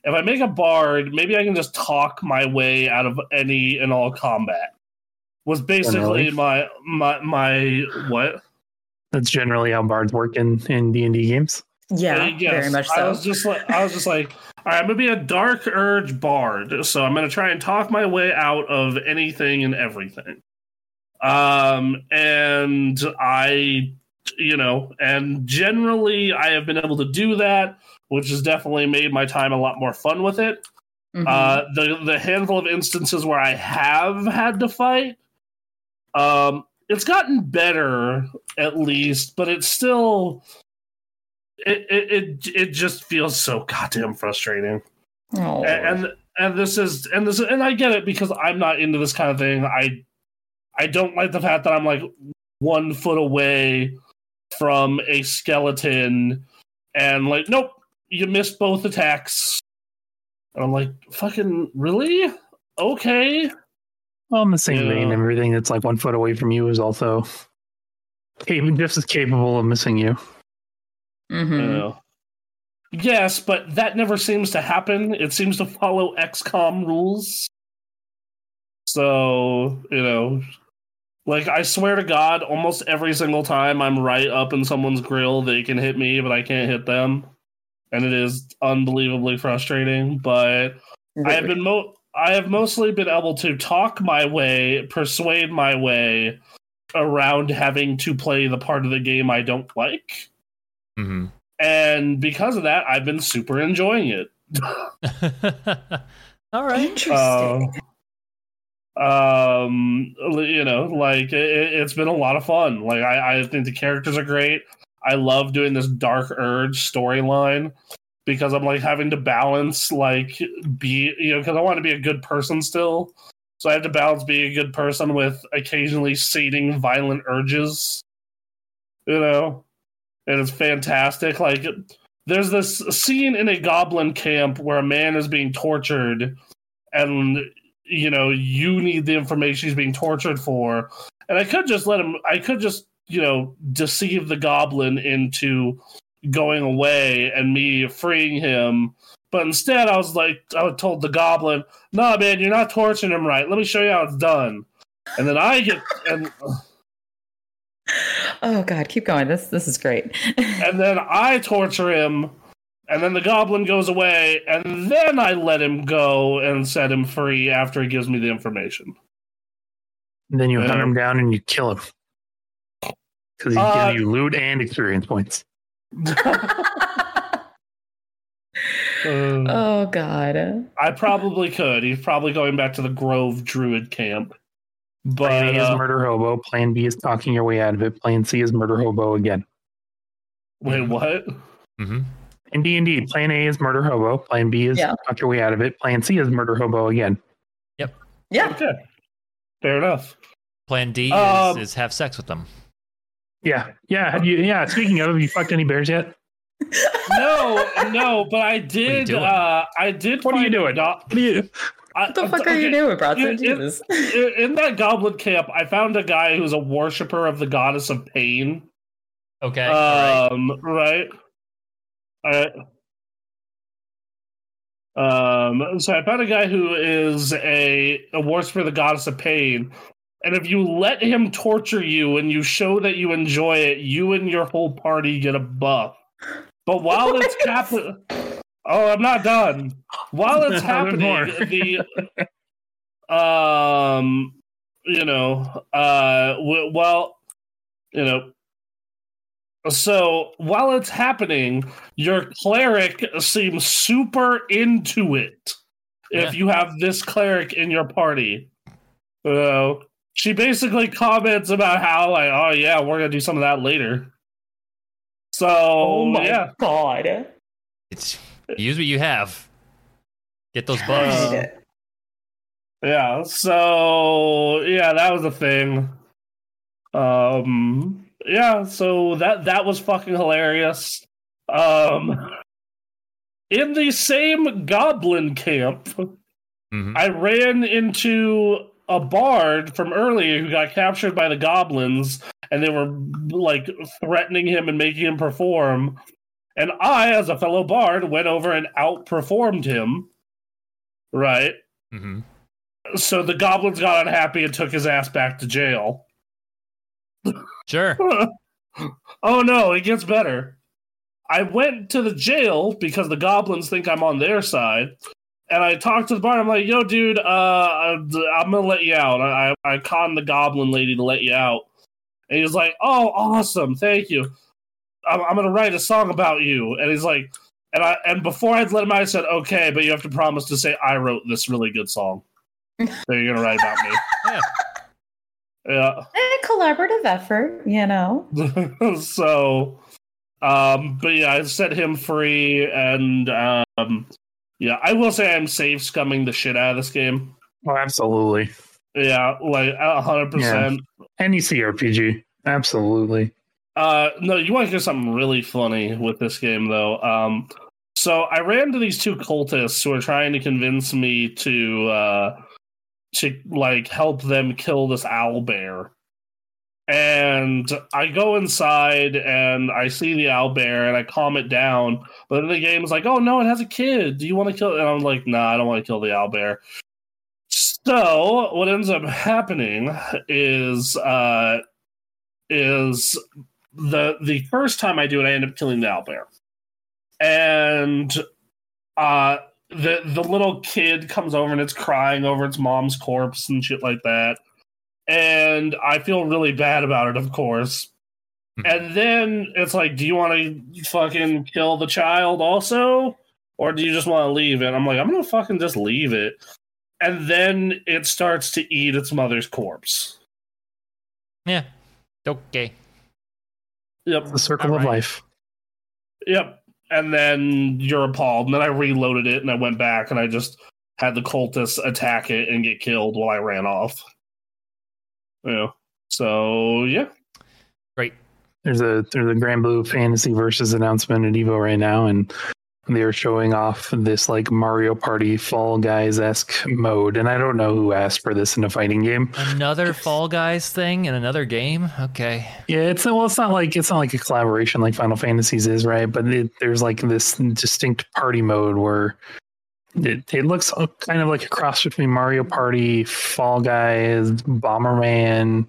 if I make a bard, maybe I can just talk my way out of any and all combat. Was basically
Generally.
my my my what?
That's generally how bards work in in D and D games.
Yeah,
Uh,
very much
I
so.
was just like, I was just like, all right, I'm gonna be a dark urge bard, so I'm gonna try and talk my way out of anything and everything. Um, and I, you know, and generally I have been able to do that, which has definitely made my time a lot more fun with it.
Mhm.
Uh, the the handful of instances where I have had to fight, um, it's gotten better at least, but it's still it it it, it just feels so goddamn frustrating.
Oh.
A- And and this is and this and I get it because I'm not into this kind of thing. I I don't like the fact that I'm like one foot away from a skeleton and like nope, you missed both attacks. And I'm like, fucking really? Okay.
Well, in the same
Yeah.
vein, everything that's like one foot away from you is also cap- just as capable of missing you.
Mhm.
eh, You know. Yes, but that never seems to happen. It seems to follow XCOM rules. So, you know, like I swear to God, almost every single time I'm right up in someone's grill, they can hit me, but I can't hit them. And it is unbelievably frustrating, but I have been mo- I have mostly been able to talk my way, persuade my way around having to play the part of the game I don't like.
hmm
And because of that, I've been super enjoying it.
*laughs* All right.
Interesting.
Uh, um you know like it, it's been a lot of fun like I, I think the characters are great i love doing this dark urge storyline because i'm like having to balance like be you know because i want to be a good person still so i have to balance being a good person with occasionally sating violent urges you know and it's fantastic like there's this scene in a goblin camp where a man is being tortured and you know you need the information he's being tortured for and i could just let him i could just you know deceive the goblin into going away and me freeing him but instead i was like i told the goblin nah man you're not torturing him right let me show you how it's done and then i get and
oh God, keep going. This this
*laughs*
is great.
and then i torture him and then the goblin goes away and then i let him go and set him free after he gives me the information
And then you hunt
Yeah.
him down and you kill him because he
Uh,
gives you loot and experience points.
Uh,
oh God.
I probably could. He's probably going back to the Grove Druid camp.
Plan
But
A is
uh,
murder hobo. Plan B is talking your way out of it. Plan C is murder hobo again. *laughs*
wait, what?
hmm
In D and D, Plan A is murder hobo. Plan B is
Yeah.
talk your way out of it. Plan C is murder hobo again.
Yeah.
Okay, fair enough.
Plan D
Um,
is, is have sex with them.
Yeah, yeah. Have you? Yeah. Speaking of, have you fucked any bears yet?
No, no, but I did.
doing?
Uh, I did.
What are you
find a
doing?
go-
What do you?
I-
What the fuck are
okay,
you doing, Bronson?
It- it-
Jesus.
i- In that goblin camp, I found a guy who's a worshiper of the goddess of pain.
Okay. all right.
Um, right. I, um, so I found a guy who is a, a worshiper of the goddess of pain. And if you let him torture you and you show that you enjoy it, you and your whole party get a buff. But while it's happening, oh, I'm not done. While it's
No, there's
happening,
more.
the um, you know, uh, w- well, you know, so while it's happening, your cleric seems super into it.
Yeah.
If you have this cleric in your party, so she basically comments about how like, oh yeah, we're gonna do some of that later. So
Oh
Oh, yeah,
God.
It's, use what you have. Get those bugs.
Uh,
God.
yeah. So yeah, that was a thing. Um, yeah. So that that was fucking hilarious. Um, in the same goblin camp.
Mhm.
I ran into a bard from earlier who got captured by the goblins and they were like threatening him and making him perform. And I, as a fellow bard, went over and outperformed him. Right.
Mhm.
So the goblins got unhappy and took his ass back to jail.
Sure.
*laughs* Oh no, it gets better. I went to the jail because the goblins think I'm on their side. And I talked to the bard. I'm like, yo, dude, uh, I'm I'm gonna let you out. I, I I conned the goblin lady to let you out. And he's like, oh, awesome. Thank you. I'm, I'm gonna write a song about you. And he's like, and I and before I'd let him out, I said, okay, but you have to promise to say I wrote this really good song that you're gonna write about me.
Yeah.
Yeah.
A Eh, collaborative effort, you know.
*laughs* so um but yeah i set him free and um yeah i will say i'm safe scumming the shit out of this game
Oh, absolutely.
yeah like a hundred percent
Any CRPG. Absolutely.
uh no you want to hear something really funny with this game though um so i ran to these two cultists who are trying to convince me to uh to like help them kill this owl bear And I go inside and I see the owl bear and I calm it down. But then the game is like, oh no, it has a kid. Do you want to kill it? And I'm like, nah, I don't want to kill the owl bear. So what ends up happening is uh is the the first time I do it, I end up killing the owl bear. And uh the the little kid comes over and it's crying over its mom's corpse and shit like that. And I feel really bad about it, of course.
Hmm.
And then it's like, do you want to fucking kill the child also? Or do you just want to leave it? I'm like, I'm going to fucking just leave it. And then it starts to eat its mother's corpse.
Yeah. Okay.
Yep.
The circle
All
of
right.
life.
Yep. And then you're appalled. And then I reloaded it and I went back and I just had the cultists attack it and get killed while I ran off. Yeah. So yeah.
There's a there's a Grand Blue Fantasy Versus announcement at Evo right now, and they're showing off this like Mario Party Fall Guys esque mode. And I don't know who asked for this in a fighting game.
Another Fall Guys thing in another game. Okay.
Yeah, it's well, it's not like it's not like a collaboration like Final Fantasies is, right? But it, there's like this distinct party mode where it, it looks kind of like a cross between Mario Party, Fall Guys, Bomberman.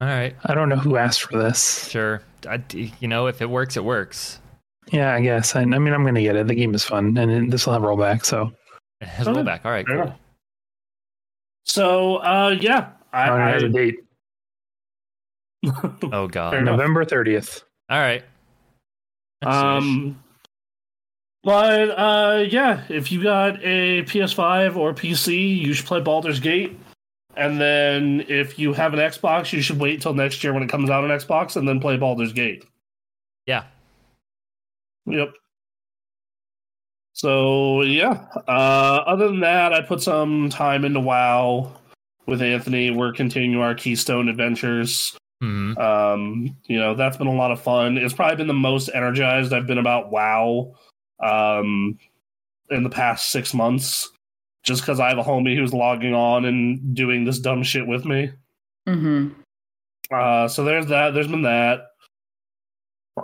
All right.
I don't know who asked for this.
Sure. I, you know, if it works, it works.
Yeah, I guess. I, I mean, I'm gonna get it. The game is fun, and it, this will have rollback. So
It has
Okay.
rollback. All right.
Fair
Cool.
enough. So uh yeah. I,
Oh, and it
I,
has a date,
Oh God.
Fair enough.
November 30th.
All right. That's nice.
um but uh yeah, if you got a PS5 or PC, you should play Baldur's Gate. And then if you have an Xbox, you should wait till next year when it comes out on Xbox and then play Baldur's Gate.
yeah.
Yep. So yeah. Uh, other than that, I put some time into WoW with Anthony. We're continuing our Keystone adventures.
hmm
Um, you know, that's been a lot of fun. It's probably been the most energized I've been about WoW um, in the past six months. Just because I have a homie who's logging on and doing this dumb shit with me.
hmm
Uh, so there's that. There's been that.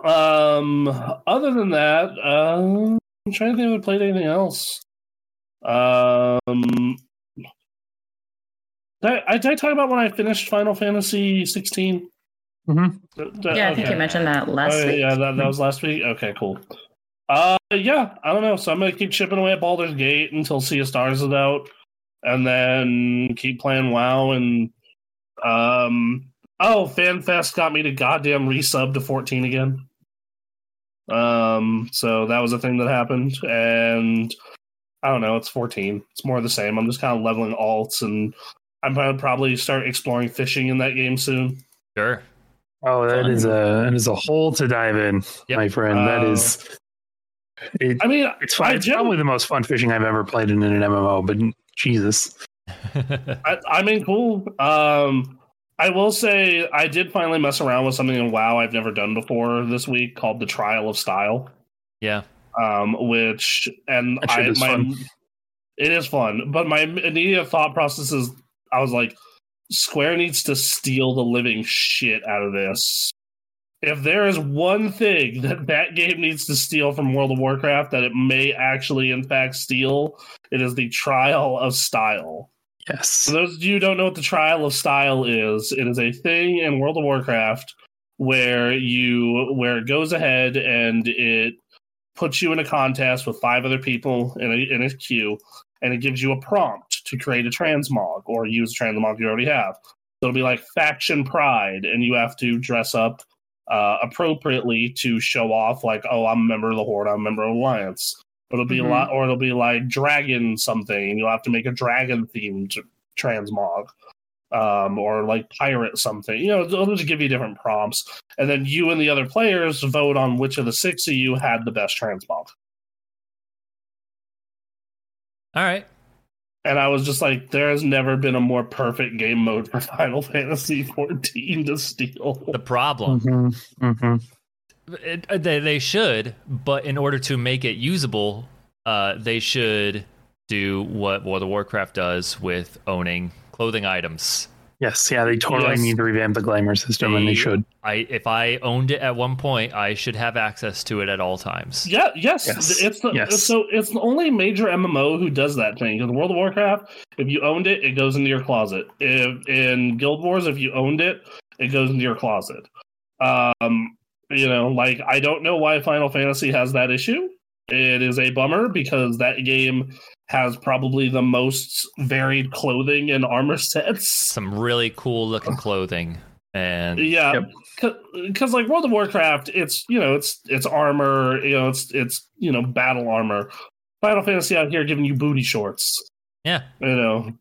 Um, other than that, um I'm trying to think if I played anything else. Um, did I, did I talk about when I finished Final Fantasy 16?
Mhm.
Yeah, I think you mentioned that last
Oh,
week.
Uh, Yeah, that, that was last week. Okay, cool. Uh, yeah, I don't know. So I'm gonna keep chipping away at Baldur's Gate until Sea of Stars is out, and then keep playing WoW. And um, oh, FanFest got me to goddamn resub to 14 again. Um, so that was a thing that happened, and I don't know. It's 14. It's more of the same. I'm just kind of leveling alts, and I'm gonna probably start exploring fishing in that game soon.
Sure. *laughs*
Oh, that is a that is a hole to dive in,
Yep.
my friend. That
Oh.
is. It,
I mean,
it's fun.
I
It's
gen-
probably the most fun fishing I've ever played in an MMO. But Jesus,
I, I mean, cool. Um, I will say I did finally mess around with something in WoW I've never done before this week called the Trial of Style,
yeah.
um, which and
That shit
I
is
my
fun.
it is fun, but my immediate thought process is I was like, Square needs to steal the living shit out of this. If there is one thing that that game needs to steal from World of Warcraft that it may actually in fact steal, it is the Trial of Style.
yes.
For those of you who don't know what the trial of style is, it is a thing in World of Warcraft where you where it goes ahead and it puts you in a contest with five other people in a in a queue, and it gives you a prompt to create a transmog or use a transmog you already have. So it'll be like faction pride, and you have to dress up uh, appropriately to show off, like, oh, I'm a member of the Horde, I'm a member of Alliance. It'll be
Mhm.
a lot, or it'll be like dragon something, and you'll have to make a dragon themed transmog um, or like pirate something. You know, they'll just give you different prompts, and then you and the other players vote on which of the six of you had the best transmog.
All right.
And I was just like, there has never been a more perfect game mode for *laughs* Final Fantasy XIV to steal.
The problem.
hmm hmm
It- uh, they, they should, but in order to make it usable, uh, they should do what World of Warcraft does with owning clothing items.
Yes, yeah, they totally
Yes.
need to revamp the glamour system, and
They-
they should.
I if I owned it at one point, I should have access to it at all times.
Yeah, yes.
Yes.
It's the
Yes.
so it's the only major MMO who does that thing. In World of Warcraft, if you owned it, it goes into your closet. If in Guild Wars, if you owned it, it goes into your closet. Um, you know, like I don't know why Final Fantasy has that issue. It is a bummer because that game has probably the most varied clothing and armor *laughs* sets.
Some really cool looking clothing and
Yeah,
Yep.
because like World of Warcraft, it's you know it's it's armor, you know it's it's you know battle armor. Final Fantasy out here giving you booty shorts,
yeah.
you know,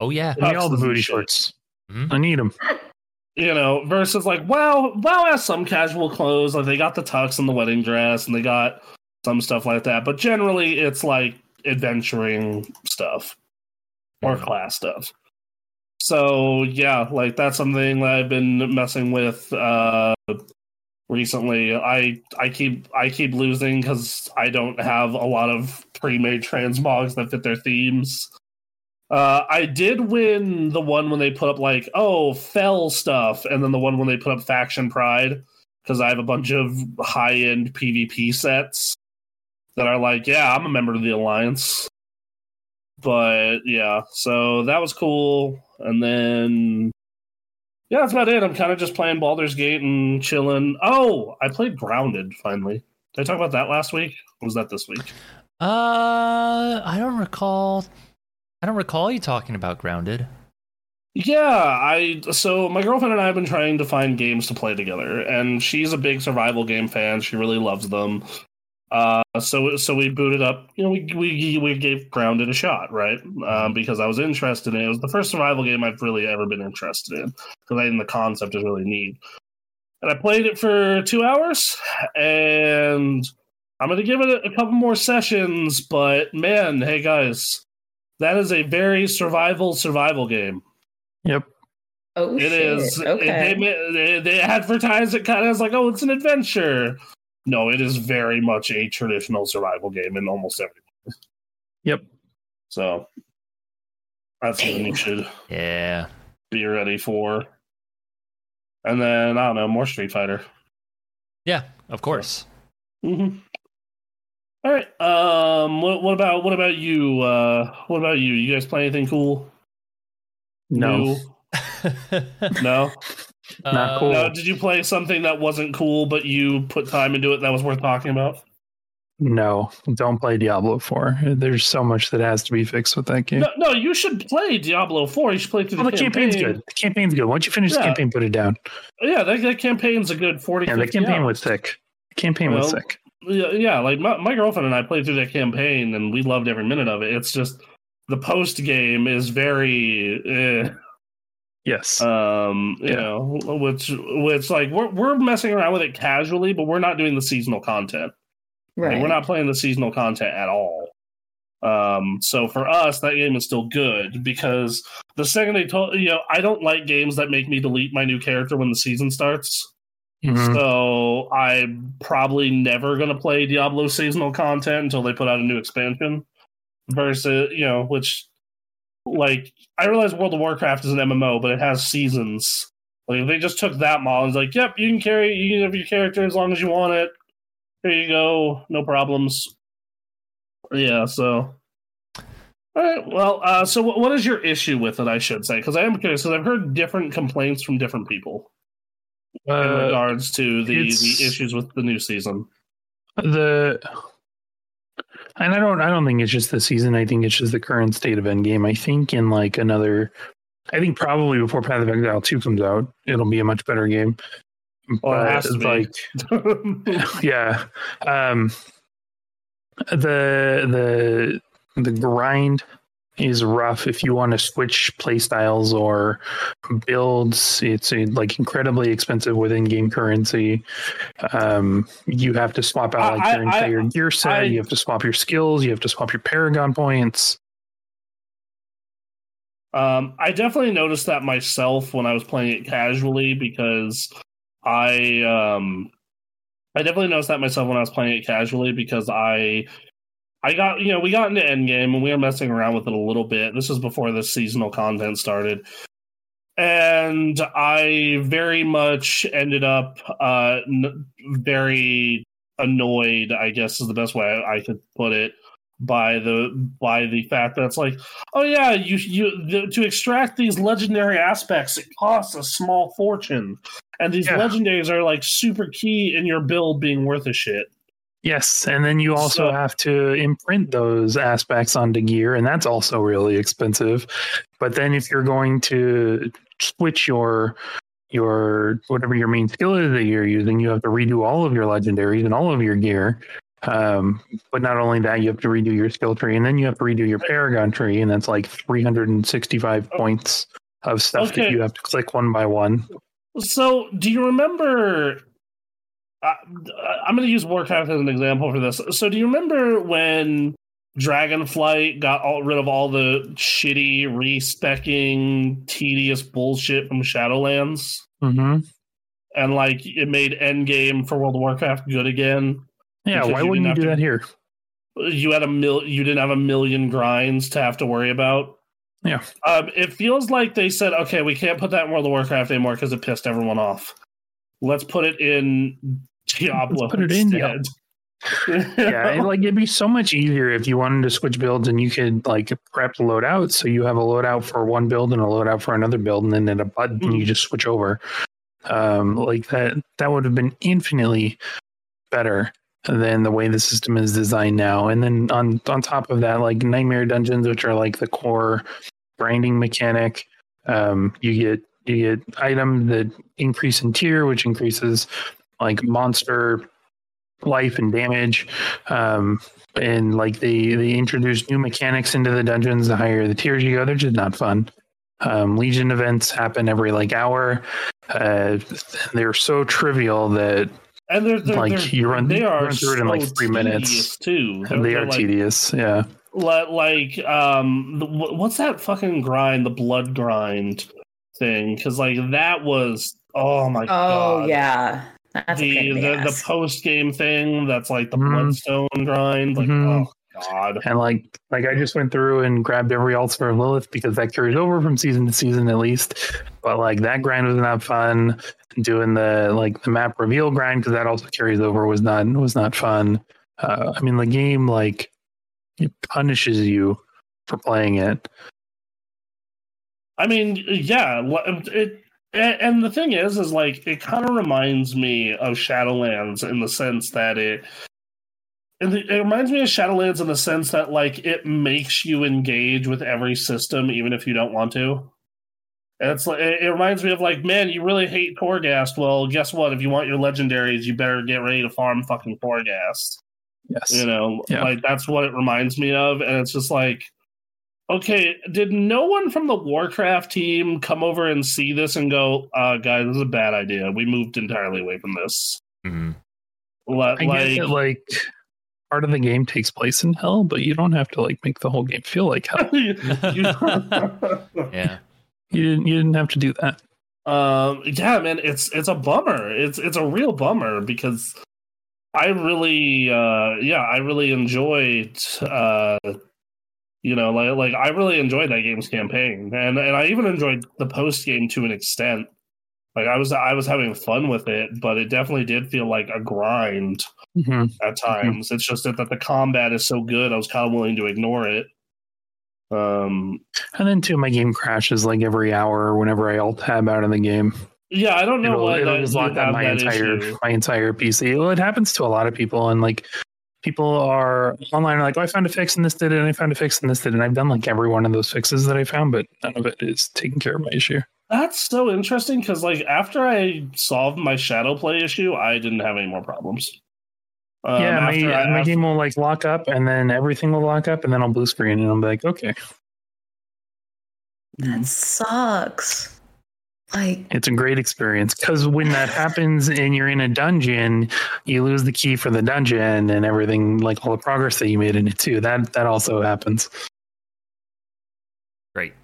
Oh yeah.
I need all the
Absolutely
booty
should. Hmm?
shorts.
Mhm.
I need them.
you know, versus like WoW. WoW has some casual clothes, like they got the tux and the wedding dress, and they got some stuff like that. But generally, it's like adventuring stuff or class stuff. So yeah, like that's something that I've been messing with uh, recently. I I keep I keep losing because I don't have a lot of pre-made transmogs that fit their themes. Uh, I did win the one when they put up like oh fell stuff, and then the one when they put up faction pride because I have a bunch of high end PvP sets that are like yeah I'm a member of the alliance, but yeah so that was cool, and then yeah that's about it. I'm kind of just playing Baldur's Gate and chilling. Oh, I played Grounded finally. Did I talk about that last week? Or was that this week?
Uh I don't recall I don't recall you talking about grounded.
Yeah, I so my girlfriend and I have been trying to find games to play together, and she's a big survival game fan. She really loves them. Uh, so so we booted up. You know, we we we gave Grounded a shot, right? Um, because I was interested in it. It was the first survival game I've really ever been interested in because I think the concept is really neat. And I played it for two hours, and I'm gonna give it a, a couple more sessions. But man, hey guys, that is a very survival survival game.
Yep.
*laughs*
Oh,
It is.
shit.
it- They,
Okay.
ma- they, they advertise it kind of as like, oh, it's an adventure. No, it is very much a traditional survival game in almost every way.
Yep.
So that's something you should
Yeah.
be ready for. And then I don't know more Street Fighter.
Yeah, of course.
Mm-hmm. All right. Um. What, what about what about you? Uh. What about you? You guys play anything cool?
No.
New? No.
*laughs*
Not cool.
No. Did you play something that wasn't cool, but you put time into it that was worth talking about?
No. Don't play Diablo 4. There's so much that has to be fixed with that game.
No, no, you should play Diablo 4. You should play through
Well,
the,
the
campaign.
Oh, campaign's good. The campaign's good. Once you finish the
Yeah.
campaign, put it down.
Yeah, that, that campaign's a good 40
Yeah, the
50
campaign
hours.
was sick. The campaign was
Well,
sick.
Yeah, yeah, like my, my girlfriend and I played through that campaign and we loved every minute of it. It's just the post game is very
Yes.
eh, um you
Yeah.
know which which like we're we're messing around with it casually but we're not doing the seasonal content
Right.
Like, we're not playing the seasonal content at all. Um, so for us, that game is still good because the second they told you know, I don't like games that make me delete my new character when the season starts.
Mhm.
So I'm probably never gonna play Diablo seasonal content until they put out a new expansion. Versus you know, which like I realize World of Warcraft is an MMO, but it has seasons. Like if they just took that model and was like, yep, you can carry you can have your character as long as you want it. Here you go, no problems. Yeah, so all right. Well, uh, so what, what is your issue with it? I should say because I am curious because I've heard different complaints from different people in
Uh,
regards to the, the
it's-
issues with the new season.
the and I don't I don't think it's just the season. I think it's just the current state of Endgame. I think in like another, I think probably before Path of Exile two comes out, it'll be a much better game.
Well, it has to
it's
be.
uh,
*laughs*
like yeah um the the the grind is rough if you want to switch playstyles or builds it's uh, like incredibly expensive with in-game currency um you have to swap out like
I-
your
I-
entire gear set
I-
you have to swap your skills you have to swap your paragon points
um, I definitely noticed that myself when I was playing it casually because I um, I definitely noticed that myself when I was playing it casually because I I got you know we got into Endgame and we were messing around with it a little bit. This was before the seasonal content started. and I very much ended up uh, n- very annoyed. I guess is the best way I, I could put it by the by the fact that it's like, oh yeah, you you the, to extract these legendary aspects, it costs a small fortune, and these
Yeah.
legendaries are like super key in your build being worth a shit.
Yes, and then you also
So-
have to imprint those aspects onto gear, and that's also really expensive. But then if you're going to switch your your whatever your main skill is that you're using, you have to redo all of your legendaries and all of your gear. Um, but not only that, you have to redo your skill tree, and then you have to redo your paragon tree, and that's like 365 points of stuff that
Oh. Okay.
you have to click one by one.
So, do you remember? I, I'm going to use Warcraft as an example for this. So, do you remember when Dragonflight got all, rid of all the shitty, respecking, tedious bullshit from Shadowlands,
Mm-hmm.
and like it made Endgame for World of Warcraft good again?
Yeah,
Because
why
you
wouldn't you
didn't
do
have
that
to-
here?
you had a mil you didn't have a million grinds to have to worry about.
Yeah.
Um, it feels like they said, okay, we can't put that in World of Warcraft anymore because it pissed everyone off. Let's put it in Diablo.
*laughs* Let's put it in
instead.
*laughs* yeah,
*laughs*
it, like it'd be so much easier if you wanted to switch builds and you could like prep loadout. So you have a loadout for one build and a loadout for another build, and then at a button
Mhm.
you just switch over. Um, like that, that would have been infinitely better than the way the system is designed now. And then on on top of that, like nightmare dungeons, which are like the core grinding mechanic, um, you get you get items that increase in tier, which increases like monster life and damage. Um, and like they they introduce new mechanics into the dungeons. The higher the tiers you go, they're just not fun. Um, Legion events happen every like hour. Uh, they're so trivial that
and they're, they're,
Like,
they're-
you run-
they
you
are
run through it in, like,
so
three
tedious,
minutes.
too. They're,
they
they're,
are
like,
tedious. Yeah.
li- like um, the, wh- what's that fucking grind? The blood grind thing? Because like that was oh my god.
Oh yeah, that's a
the
pain
the,
in the
the
ass.
post game thing that's like the
Mhm.
bloodstone grind like
Mhm.
oh god
And like like I just went through and grabbed every altar of Lilith because that carries over from season to season at least. But like that grind was not fun. Doing the like the map reveal grind because that also carries over was not was not fun. Uh, I mean the game like it punishes you for playing it.
i mean yeah wha- it a- and the thing is is like it kind of reminds me of shadowlands in the sense that it and the- it reminds me of shadowlands in the sense that like it makes you engage with every system even if you don't want to And it's like it it reminds me of like man you really hate torghast well guess what if you want your legendaries you better get ready to farm fucking torghast
Yes.
you know
Yeah.
like that's what it reminds me of and it's just like okay did no one from the warcraft team come over and see this and go uh guys this is a bad idea we moved entirely away from this
Mhm.
Li-
I guess that
like
like part of the game takes place in hell, but you don't have to like make the whole game feel like hell.
*laughs*
*laughs*
You-
*laughs* yeah.
You didn't you didn't have to do that.
um yeah man it's it's a bummer it's it's a real bummer because i really uh yeah i really enjoyed uh you know like like i really enjoyed that game's campaign and and i even enjoyed the post game to an extent like i was i was having fun with it but it definitely did feel like a grind
Mhm. *laughs*
at times. It's just that, that the combat is so good, I was kind of willing to ignore it. Um,
And then too, my game crashes like every hour whenever I alt tab out of the game.
yeah, I don't know
it'll,
why
it'll
that
just
you
lock down
have
my
that
entire
issue.
my entire PC. Well, it happens to a lot of people, and like people are online are like, oh, I found a fix and this did it, and I found a fix and this did it, and I've done like every one of those fixes that I found, but none of it is taking care of my issue.
That's so interesting because, like, after I solved my shadow play issue, I didn't have any more problems. Um,
yeah, uh, my,
after I-
my
after-
game will like lock up, and then everything will lock up, and then I'll blue screen, and I'm like, okay,
that sucks. Like
it's a great experience because when that happens and you're in a dungeon, you lose the key for the dungeon and everything, like all the progress that you made in it too. That that also happens.
Great.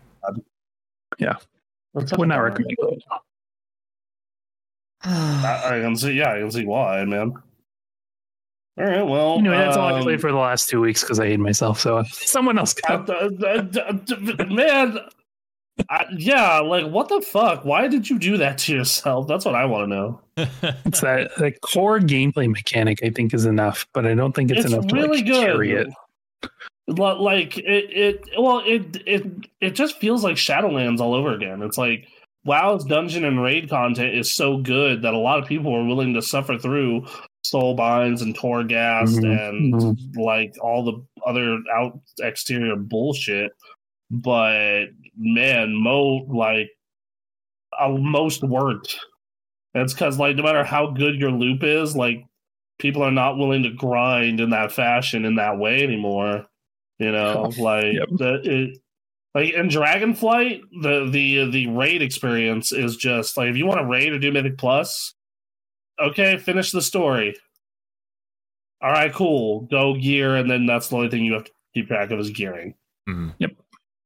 That's
Would not recommend it.
I, I can see, yeah, I can see why, man. All right, well,
Anyway, that's all I
um,
played for the last
uh,
two weeks because I hate myself. So someone else
I-
got
I- I- I- uh, man, I, yeah, like what the fuck? Why did you do that to yourself? That's what I want to know.
It's that the core gameplay mechanic I think is enough, but I don't think it's,
It's
enough
really
to like,
good.
carry it.
Lo- Like it, it well, it it it just feels like Shadowlands all over again. It's like WoW's dungeon and raid content is so good that a lot of people are willing to suffer through Soulbinds and Torghast
Mhm,
and
mhm.
like all the other out exterior bullshit. But man, Mo like uh, most weren't. That's because like no matter how good your loop is, like people are not willing to grind in that fashion in that way anymore. You know, like
Yep.
the, it, like in Dragonflight, the the the raid experience is just like if you want to raid or do Mythic Plus, okay, finish the story. All right, cool. Go gear, and then that's the only thing you have to keep track of is gearing.
Mhm.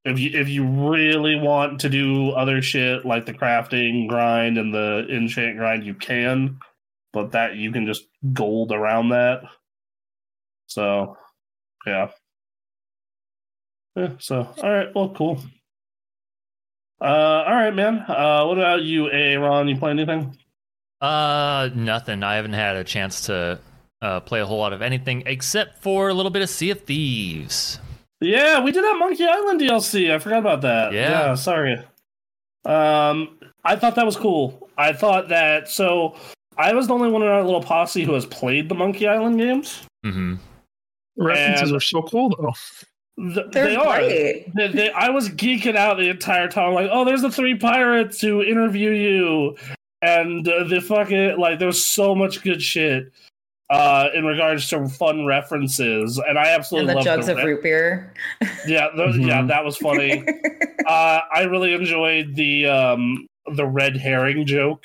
If you if you really want to do other shit like the crafting grind and the enchant grind, you can, but that you can just gold around that. So, yeah. Yeah, so, all right. Well, cool. Uh, all right, man. Uh, what about you, Aaron? You play anything?
Uh, nothing. I haven't had a chance to uh, play a whole lot of anything except for a little bit of Sea of Thieves.
Yeah, we did that Monkey Island DLC. I forgot about that.
Yeah.
sorry. Um, I thought that was cool. I thought that so. I was the only one in our little posse who has played the Monkey Island games.
Mm-hmm.
References
And-
are so cool though.
Th-
They're
they are.
great.
They- they- I was geeking out the entire time, like, oh, there's the three pirates who interview you, and uh, the fucking like, there's so much good shit uh, in regards to fun references, and I absolutely
And the
love
jugs of
re-
root beer.
Yeah, those, yeah,
Mhm.
that was
*laughs*
funny. uh, I really enjoyed the um, the red herring joke.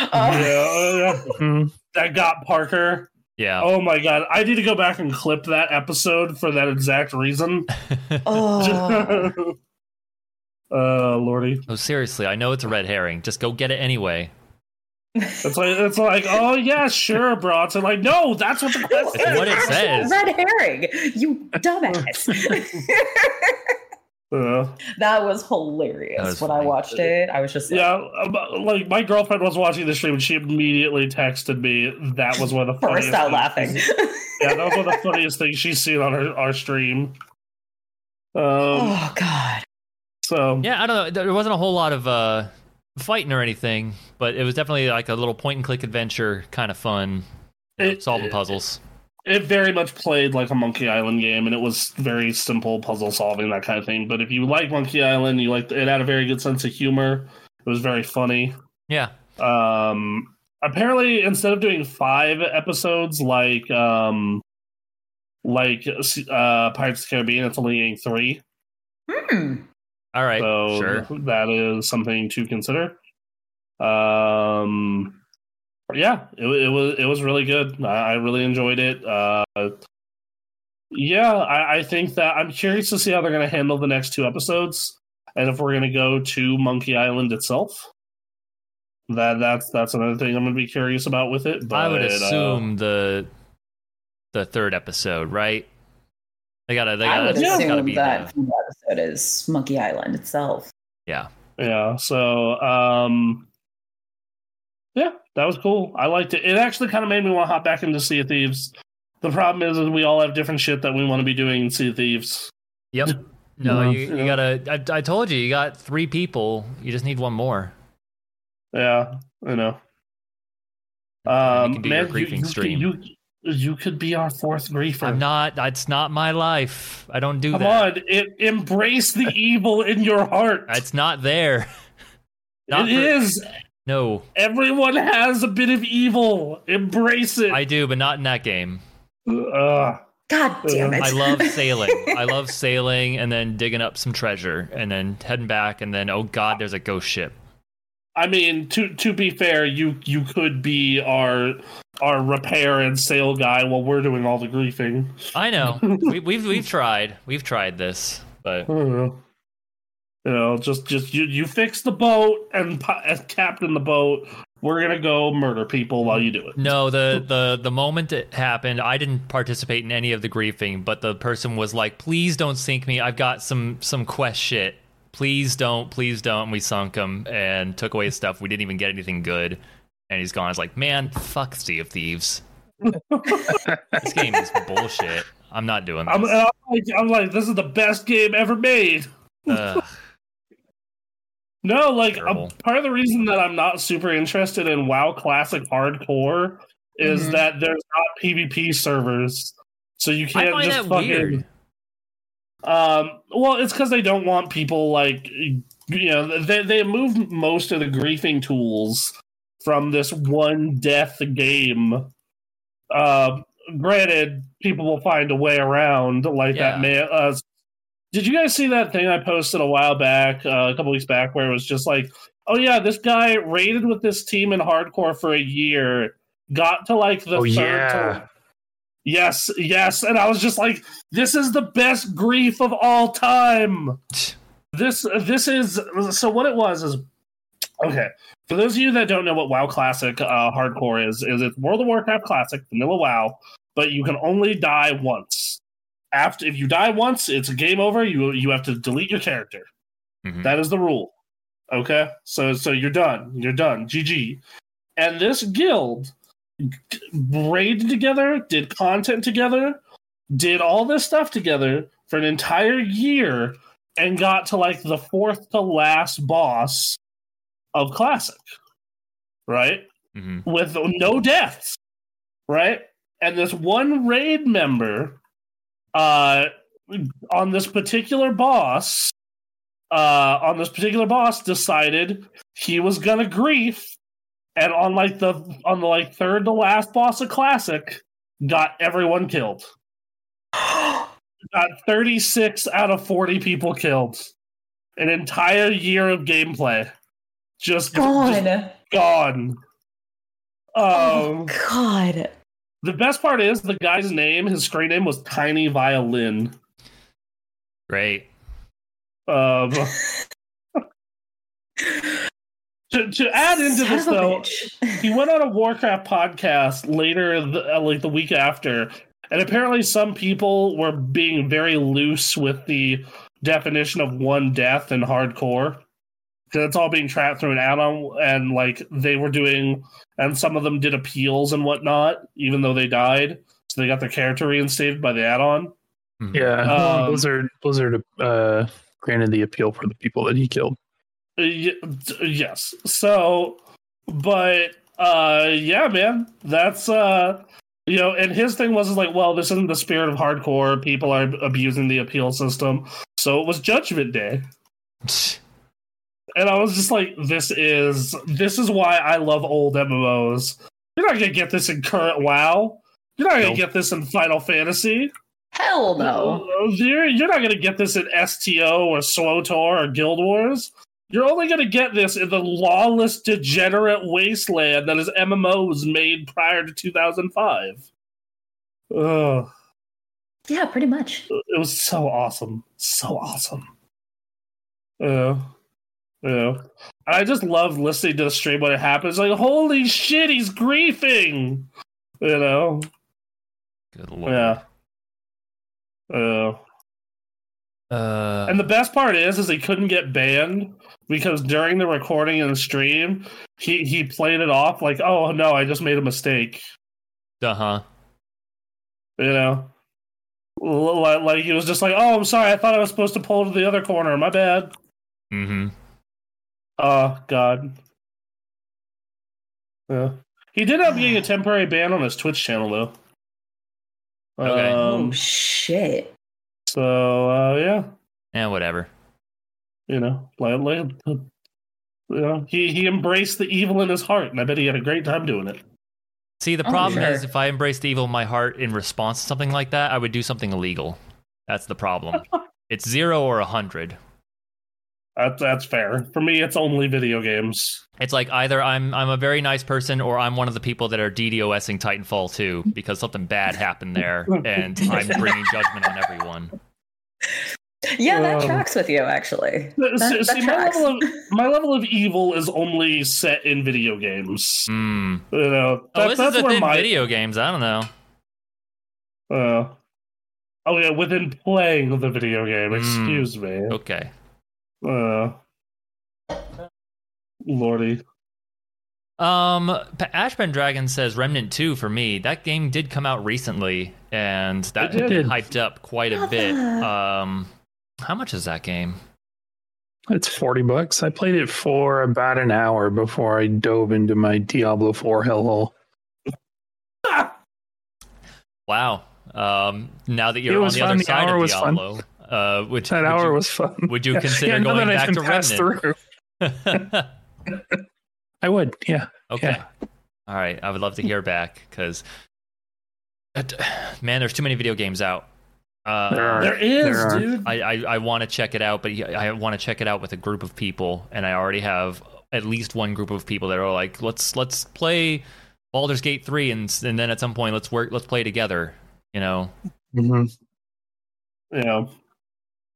Oh,
Yeah,
Mhm.
that got Parker.
Yeah.
Oh my god, I need to go back and clip that episode for that exact reason.
oh.
*laughs* uh, lordy.
*laughs* No, seriously, I know it's a red herring. Just go get it anyway.
It's like it's like, oh yeah, sure, bro. It's like, no, that's what the question
It's what it
Actual
says.
Red herring, you dumbass.
*laughs* Uh,
that was hilarious.
That was
when I
funny.
watched it, I was just like,
yeah, um, like my girlfriend was watching the stream and she immediately texted me that was one of the funniest
burst out
things-
laughing.
Yeah, that was one of the funniest things she's seen on her our stream. Um
*laughs* oh God.
so
Yeah, I don't know. There wasn't a whole lot of uh, fighting or anything, but it was definitely like a little point and click adventure, kind of fun, you know,
It-
solving puzzles.
it very much played like a Monkey Island game, and it was very simple puzzle solving that kind of thing. But if you like Monkey Island, you like it had a very good sense of humor. It was very funny.
Yeah.
Um, apparently, instead of doing five episodes like um, like uh, Pirates of the Caribbean, it's only getting three.
Hmm.
All right.
So
sure.
that is something to consider. Um, yeah, it, wa- it was it was really good. I, I really enjoyed it. Uh, yeah, I, I think that I'm curious to see how they're going to handle the next two episodes, and if we're going to go to Monkey Island itself. That that's that's another thing I'm going to be curious about with it. But
I would
uh,
assume the the third episode, right? They gotta. They
I
gotta.
would
it's
that's
gotta
assume
be
that
the-
from the episode is Monkey Island itself.
Yeah. So, um, yeah, that was cool. I liked it. It actually kind of made me want to hop back into Sea of Thieves. The problem is, is we all have different shit that we want to be doing in Sea of Thieves.
Yep. No,
Yeah.
you, you gotta. I, I told you, you got three people. You just need one more.
Yeah, I know.
And
Um,
you can do
man,
your griefing
you,
stream.
You, you could be our fourth griefer.
I'm not. That's not my life. I don't do
Come
that.
on, it,
*laughs*
embrace the evil in your heart.
It's not there. *laughs*
It
Not for-
is.
No,
Everyone has a bit of evil. Embrace it.
I do, but not in that game.
Ugh.
God damn it!
I
*laughs*
love sailing. I love sailing and then digging up some treasure and then heading back and then oh god, there's a ghost ship.
I mean, to to be fair, you you could be our our repair and sale guy while we're doing all the griefing. *laughs*
I know. We, we've we've tried. We've tried this, but
I don't know. You know, just just you you fix the boat and pi- and captain the boat. We're gonna go murder people while you do it.
No, the, the the moment it happened, I didn't participate in any of the griefing, but the person was like, "Please don't sink me. I've got some some quest shit please don't, please don't. We sunk him and took away his stuff. We didn't even get anything good. And he's gone. It's like, man, fuck Sea of Thieves. this game is bullshit. I'm not doing
I'm,
this.
I'm, like, I'm like, this is the best game ever made.
Ugh.
No, like
Terrible.
um, part of the reason that I'm not super interested in WoW Classic Hardcore is
Mhm.
that there's not PvP servers, so you
Mm-hmm. I
can't
find
just
that
fucking.
weird.
Um, well, it's because they don't want people like you know they they moved most of the griefing tools from this one death game. Uh, granted, people will find a way around like
Yeah.
that. Man, uh, did you guys see that thing I posted a while back, uh, a couple weeks back, where it was just like, oh yeah, this guy raided with this team in hardcore for a year, got to like the
Oh,
third.
yeah.
to- Yes, yes, and I was just like, this is the best grief of all
*laughs*
time. This this is so what it was is okay. For those of you that don't know what WoW Classic uh, Hardcore is, is it's World of Warcraft Classic Vanilla WoW, but you can only die once. After if you die once, it's game over. You you have to delete your character.
Mhm.
That is the rule. Okay, so so you're done. You're done. GG. And this guild g- raided together, did content together, did all this stuff together for an entire year, and got to like the fourth to last boss of classic, right?
Mhm.
with no deaths, right? And this one raid member, uh, on this particular boss, uh, on this particular boss, decided he was gonna grief, and on like the on the like third to last boss of classic, got everyone killed. Got thirty six out of forty people killed. An entire year of gameplay, just, just
*gasps* God.
gone.
Oh,
Um,
God.
the best part is the guy's name, his screen name was Tiny Violin.
Great.
*laughs*
Um, to, to add into
Son
this,
of a
though, *laughs*
bitch.
he went on a Warcraft podcast later, the, uh, like the week after, and apparently some people were being very loose with the definition of one death in hardcore. Because it's all being trapped through an add-on, and like they were doing, and some of them did appeals and whatnot, even though they died, so they got their character reinstated by the add-on.
Mhm.
Yeah, well,
Um,
Blizzard Blizzard uh, granted the appeal for the people that he killed.
Uh, y- t- yes. So, but uh, yeah, man, that's uh, you know, and his thing was is like, well, this isn't the spirit of hardcore. People are abusing the appeal system, so it was Judgment Day, and I was just like, this is this is why I love old MMOs. You're not gonna get this in current WoW. You're not gonna
Nope.
get this in Final Fantasy.
Hell no.
*laughs* You're, you're not going to get this in STO or SWTOR or Guild Wars. You're only going to get this in the lawless, degenerate wasteland that is MMOs made prior to 2005. Ugh,
Yeah, pretty much.
it was so awesome. So awesome. Yeah. Yeah. I just love listening to the stream when it happens. Like, holy shit, he's griefing! You know?
*laughs* Good lord.
Yeah. Yeah.
Uh,
And the best part is, is he couldn't get banned because during the recording and the stream, he he played it off like, "Oh no, I just made a mistake,"
uh huh.
you know. L- Like, like he was just like, "Oh, I'm sorry, I thought I was supposed to pull to the other corner. My bad."
Mm-hmm.
Oh God. Yeah. He did end
*sighs*
up getting a temporary ban on his Twitch channel though.
Okay.
Um,
oh, shit.
so uh, yeah.
Yeah, whatever.
you know, like, like you know, he he embraced the evil in his heart, and I bet he had a great time doing it.
See, the
Oh,
problem
sure.
is if I embraced evil in my heart in response to something like that, I would do something illegal. That's the
*laughs*
problem. it's zero or a hundred.
That, that's fair. For me, it's only video games.
It's like either I'm I'm a very nice person or I'm one of the people that are DDoSing Titanfall 2 because something bad happened there
*laughs*
and I'm bringing judgment on everyone.
Yeah, that
Um,
tracks with you, actually.
S-
That-
s-
that
see, my
tracks.
level of
*laughs*
my level of evil is only set in video games.
Mm.
Hmm.
You know,
Oh,
that-
this
that's
is
where
within
my
video games. I don't know.
Uh, oh yeah, within playing the video game.
Hmm.
Mm.
Excuse me.
Okay.
Oh.
Uh, Lordy.
Um, P- Ashman Dragon says Remnant 2 for me. That game did come out recently, and that
It
had been
did.
hyped up quite a bit. Um, how much is that game?
It's 40 bucks. I played it for about an hour before I dove into my Diablo 4 hellhole.
Wow. Um, now that
It
you're on
was
the
fun.
other
The
side
hour
of
was fun.
Diablo, uh, which
That
would
hour
you,
was fun.
would
*laughs*
you consider
now
going
that
back to
I've been passed
Remnant?
through. *laughs* I would, yeah.
*laughs* okay.
Yeah.
All right. I would love to hear back because, man, there's too many video games out. Uh,
There are.
There is,
There are.
dude.
I, I, I want to check it out, but I want to check it out with a group of people, and I already have at least one group of people that are like, let's let's play Baldur's Gate three, and s- and then at some point let's work, let's play together. You know,
hmm
Yeah.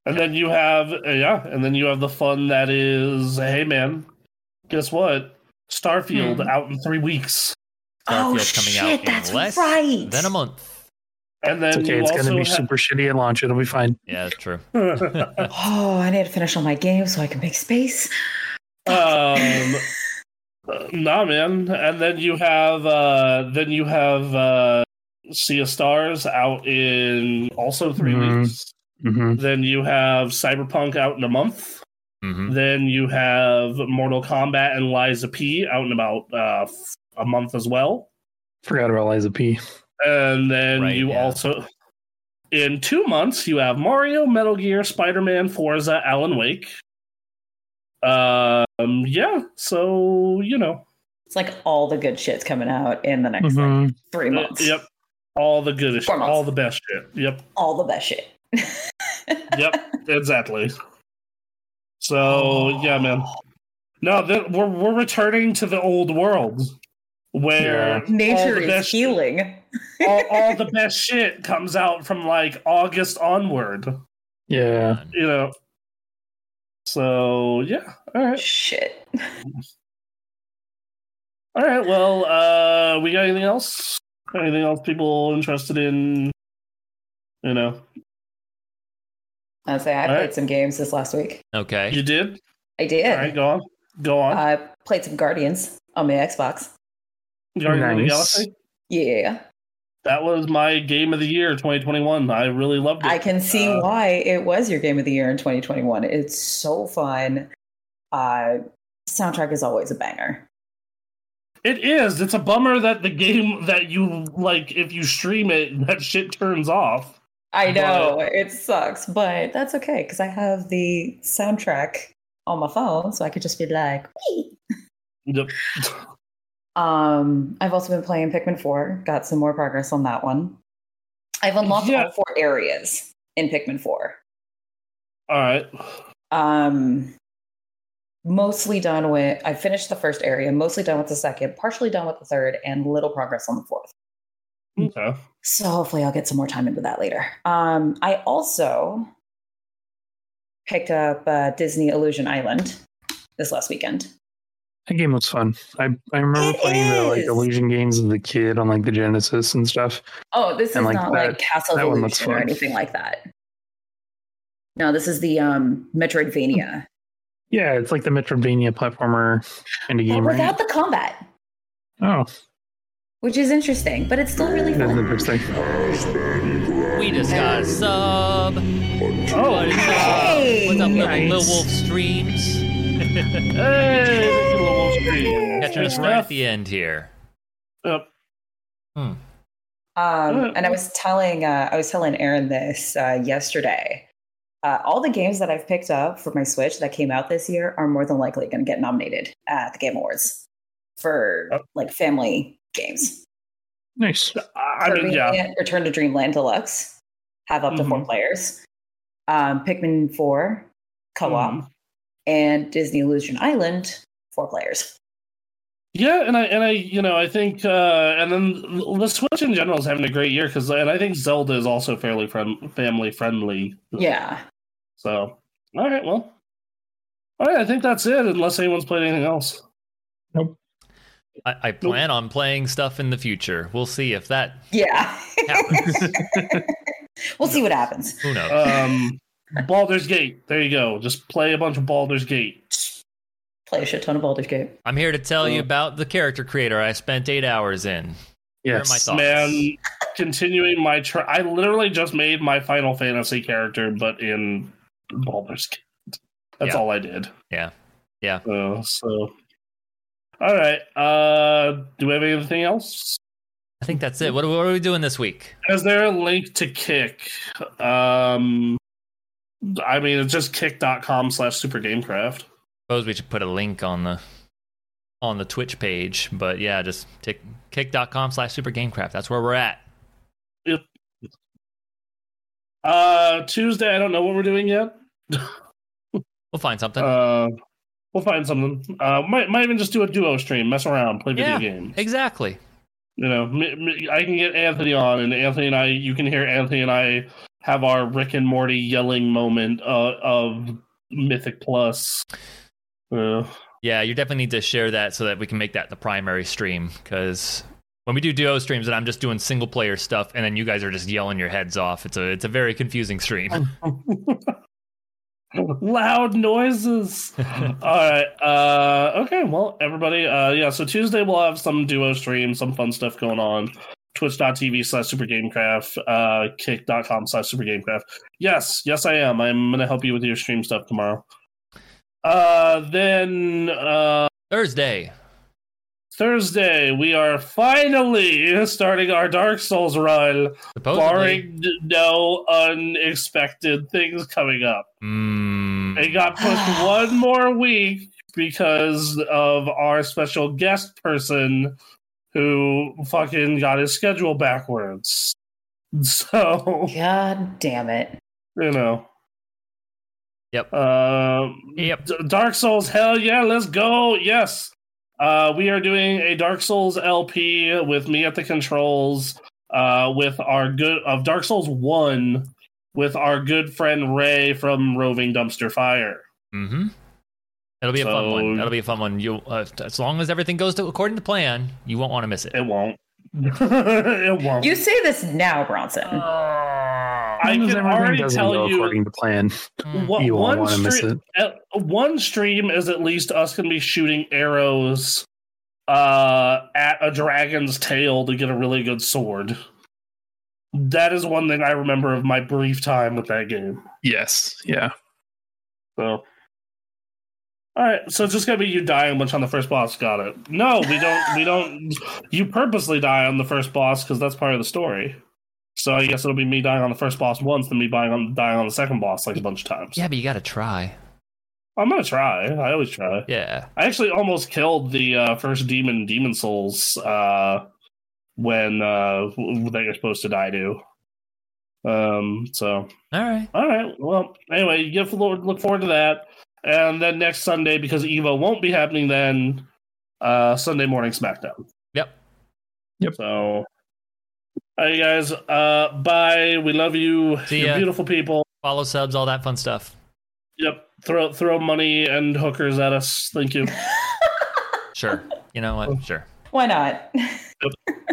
And then you have uh, yeah, and then you have the fun that is, hey man, guess what? Starfield
Hmm.
out in three weeks,
Oh
Starfield's
shit,
in
that's
less
right.
than a month.
and
It's
then
okay.
you
It's going to
also
be
ha-
super shitty at launch. It'll be fine.
Yeah, that's true.
Oh, I need to finish all my games so I can make space.
*laughs* um, uh, nah, man. And then you have uh, then you have uh, Sea of Stars out in also three
Mhm.
weeks.
hmm
Then you have Cyberpunk out in a month.
hmm
Then you have Mortal Kombat and Liza P out in about uh, f- a month as well.
Forgot about Liza P.
And then
Right,
you
yeah.
also, in two months, you have Mario, Metal Gear, Spider Man, Forza, Alan Wake. Um, yeah, so, you know,
It's like all the good shit's coming out in the next like,
Mhm.
three
uh,
months.
yep, all the good shit,
Four months.
all the best shit. Yep,
All the best shit. *laughs*
yep, exactly.
Oh.
So, yeah, man. No, th- we're, we're returning to the old world where all
Nature
the
is
best shit-
healing.
all, all the best shit comes out from like August onward,
Yeah.
you know. So yeah, all right,
Shit.
all right. Well, uh, we got anything else? Anything else people interested in? You know,
I say I
All
played
right.
some games this last week.
Okay.
you did.
I did.
All right, go on, go on.
I played some Guardians on my Xbox.
Guardians of the
Nice.
Galaxy.
Yeah.
That was my game of the year, 2021. I really loved it.
I can see
Uh,
why it was your game of the year in 2021. It's so fun. Uh, soundtrack is always a banger.
It is. It's a bummer that the game that you like, if you stream it, that shit turns off.
I know it sucks, but that's okay because I have the soundtrack on my phone, so I could just be like, "Wee."
Yep.
um, I've also been playing Pikmin 4, got some more progress on that one. I've unlocked
Yeah.
all four areas in Pikmin 4.
All right.
um mostly done with i finished the first area mostly done with the second partially done with the third and little progress on the fourth
Okay.
so hopefully i'll get some more time into that later um i also picked up uh, disney illusion island this last weekend
That game looks fun. I, I remember
It
playing the like
is.
illusion games as a kid on like the Genesis and stuff.
oh this
And
is
like
not
that-
like castle
that one looks
illusion or
fun.
anything like that no this is the um metroidvania
Yeah, it's like the Metroidvania platformer kind of
but
game, right?
without the combat
Oh,
which is interesting but it's still really
that's
fun
interesting.
We just got a sub.
Oh.
What is up?
Hey!
What's up,
Nice.
little, Lil Wolf Streams?
Hey, this is a little screen.
Catching us right at the end here.
Yep.
Um,
Mm.
and I was telling uh, I was telling Aaron this uh, yesterday. Uh, all the games that I've picked up for my Switch that came out this year are more than likely going to get nominated at the Game Awards for
Oh.
like family games.
*laughs*
Nice.
I I
So
mean,
we
yeah. Mm-hmm.
get Return to Dreamland Deluxe have up to four players. Um, Pikmin Four co-op
Mhm.
and Disney Illusion Island four players.
Yeah, and I and I you know I think uh and then the Switch in general is having a great year because and I think Zelda is also fairly friend, family friendly.
Yeah,
So all right, well, all right. I think that's it. Unless anyone's played anything else.
I, I plan on playing stuff in the future. We'll see if that
yeah.
happens.
*laughs* we'll see what happens.
Who knows?
Um, Baldur's Gate. There you go. Just play a bunch of Baldur's Gate.
Play a shit ton of Baldur's Gate.
I'm here to tell you about the character creator I spent eight hours in. Here are my
Yes.
thoughts.
Man, continuing my tr- I literally just made my Final Fantasy character, but in Baldur's Gate. That's
Yeah.
all I did.
Yeah. Yeah.
Uh, so, all right. Uh, do we have anything else?
I think that's it. What, what are we doing this week?
Is there a link to Kick? Um, I mean, it's just kick.com slash super gamecraft.
Suppose we should put a link on the on the Twitch page. But yeah, just tick, kick.com slash supergamecraft. That's where we're at.
Uh, Tuesday, I don't know what we're doing yet.
We'll find something.
Uh, we'll find something. Uh, might, might even just do a duo stream, mess around, play video
Yeah.
games.
exactly.
You know, m- m- I can get Anthony on, and Anthony and I, you can hear Anthony and I have our Rick and Morty yelling moment uh, of Mythic Plus. Uh,
Yeah, you definitely need to share that so that we can make that the primary stream. Because when we do duo streams and I'm just doing single player stuff, and then you guys are just yelling your heads off, it's a it's a very confusing stream.
*laughs* loud noises all right uh okay well everybody uh yeah so tuesday we'll have some duo stream some fun stuff going on twitch.tv slash supergamecraft uh kick.com slash supergamecraft yes yes i am i'm gonna help you with your stream stuff tomorrow uh then uh
Thursday.
thursday we are finally starting our dark souls run
Supposedly.
barring d- no unexpected things coming up
Mm,
it got pushed one more week because of our special guest person who fucking got his schedule backwards. *laughs* So,
God damn it.
you know.
Yep.
Um,
Yep.
D- Dark Souls, hell yeah, let's go. Yes. Uh, we are doing a Dark Souls LP with me at the controls, uh, with our good of Dark Souls 1 with our good friend Ray from Roving Dumpster Fire.
Mm-hmm. It'll be a fun
So-
one. That'll be a fun one. You, uh, as long as everything goes to, according to plan, you won't want to miss it.
It
*laughs*
won't. it won't.
You say this now, Bronson.
I
Sometimes
can
everything
already
doesn't
tell
go
you,
according to plan.
Mm.
wha-
you
one,
won't want to miss
stream,
it.
uh, one stream is at least us going to be shooting arrows uh, at a dragon's tail to get a really good sword. That is one thing I remember of my brief time with that game.
Yes. Yeah.
So. All right, so it's just gonna be you dying a bunch on the first boss. Got it? No, we don't. we don't. You purposely die on the first boss because that's part of the story. So I guess it'll be me dying on the first boss once, then me dying on dying on the second boss like a bunch of times.
Yeah, but you got to try.
I'm gonna try. I always try.
Yeah.
I actually almost killed the uh, first demon, Demon Souls, uh, when uh, w- that you're supposed to die to. Um. So
All right.
all right. Well, anyway, you have to look look forward to that. And then next Sunday, because Evo won't be happening then, uh, Sunday morning SmackDown.
Yep.
Yep.
So, all right, guys. Uh, bye. We love you.
See
You're
ya.
beautiful people.
Follow subs, all that fun stuff.
Yep. Throw throw money and hookers at us. Thank you. *laughs*
Sure. You know what? Sure.
Why not?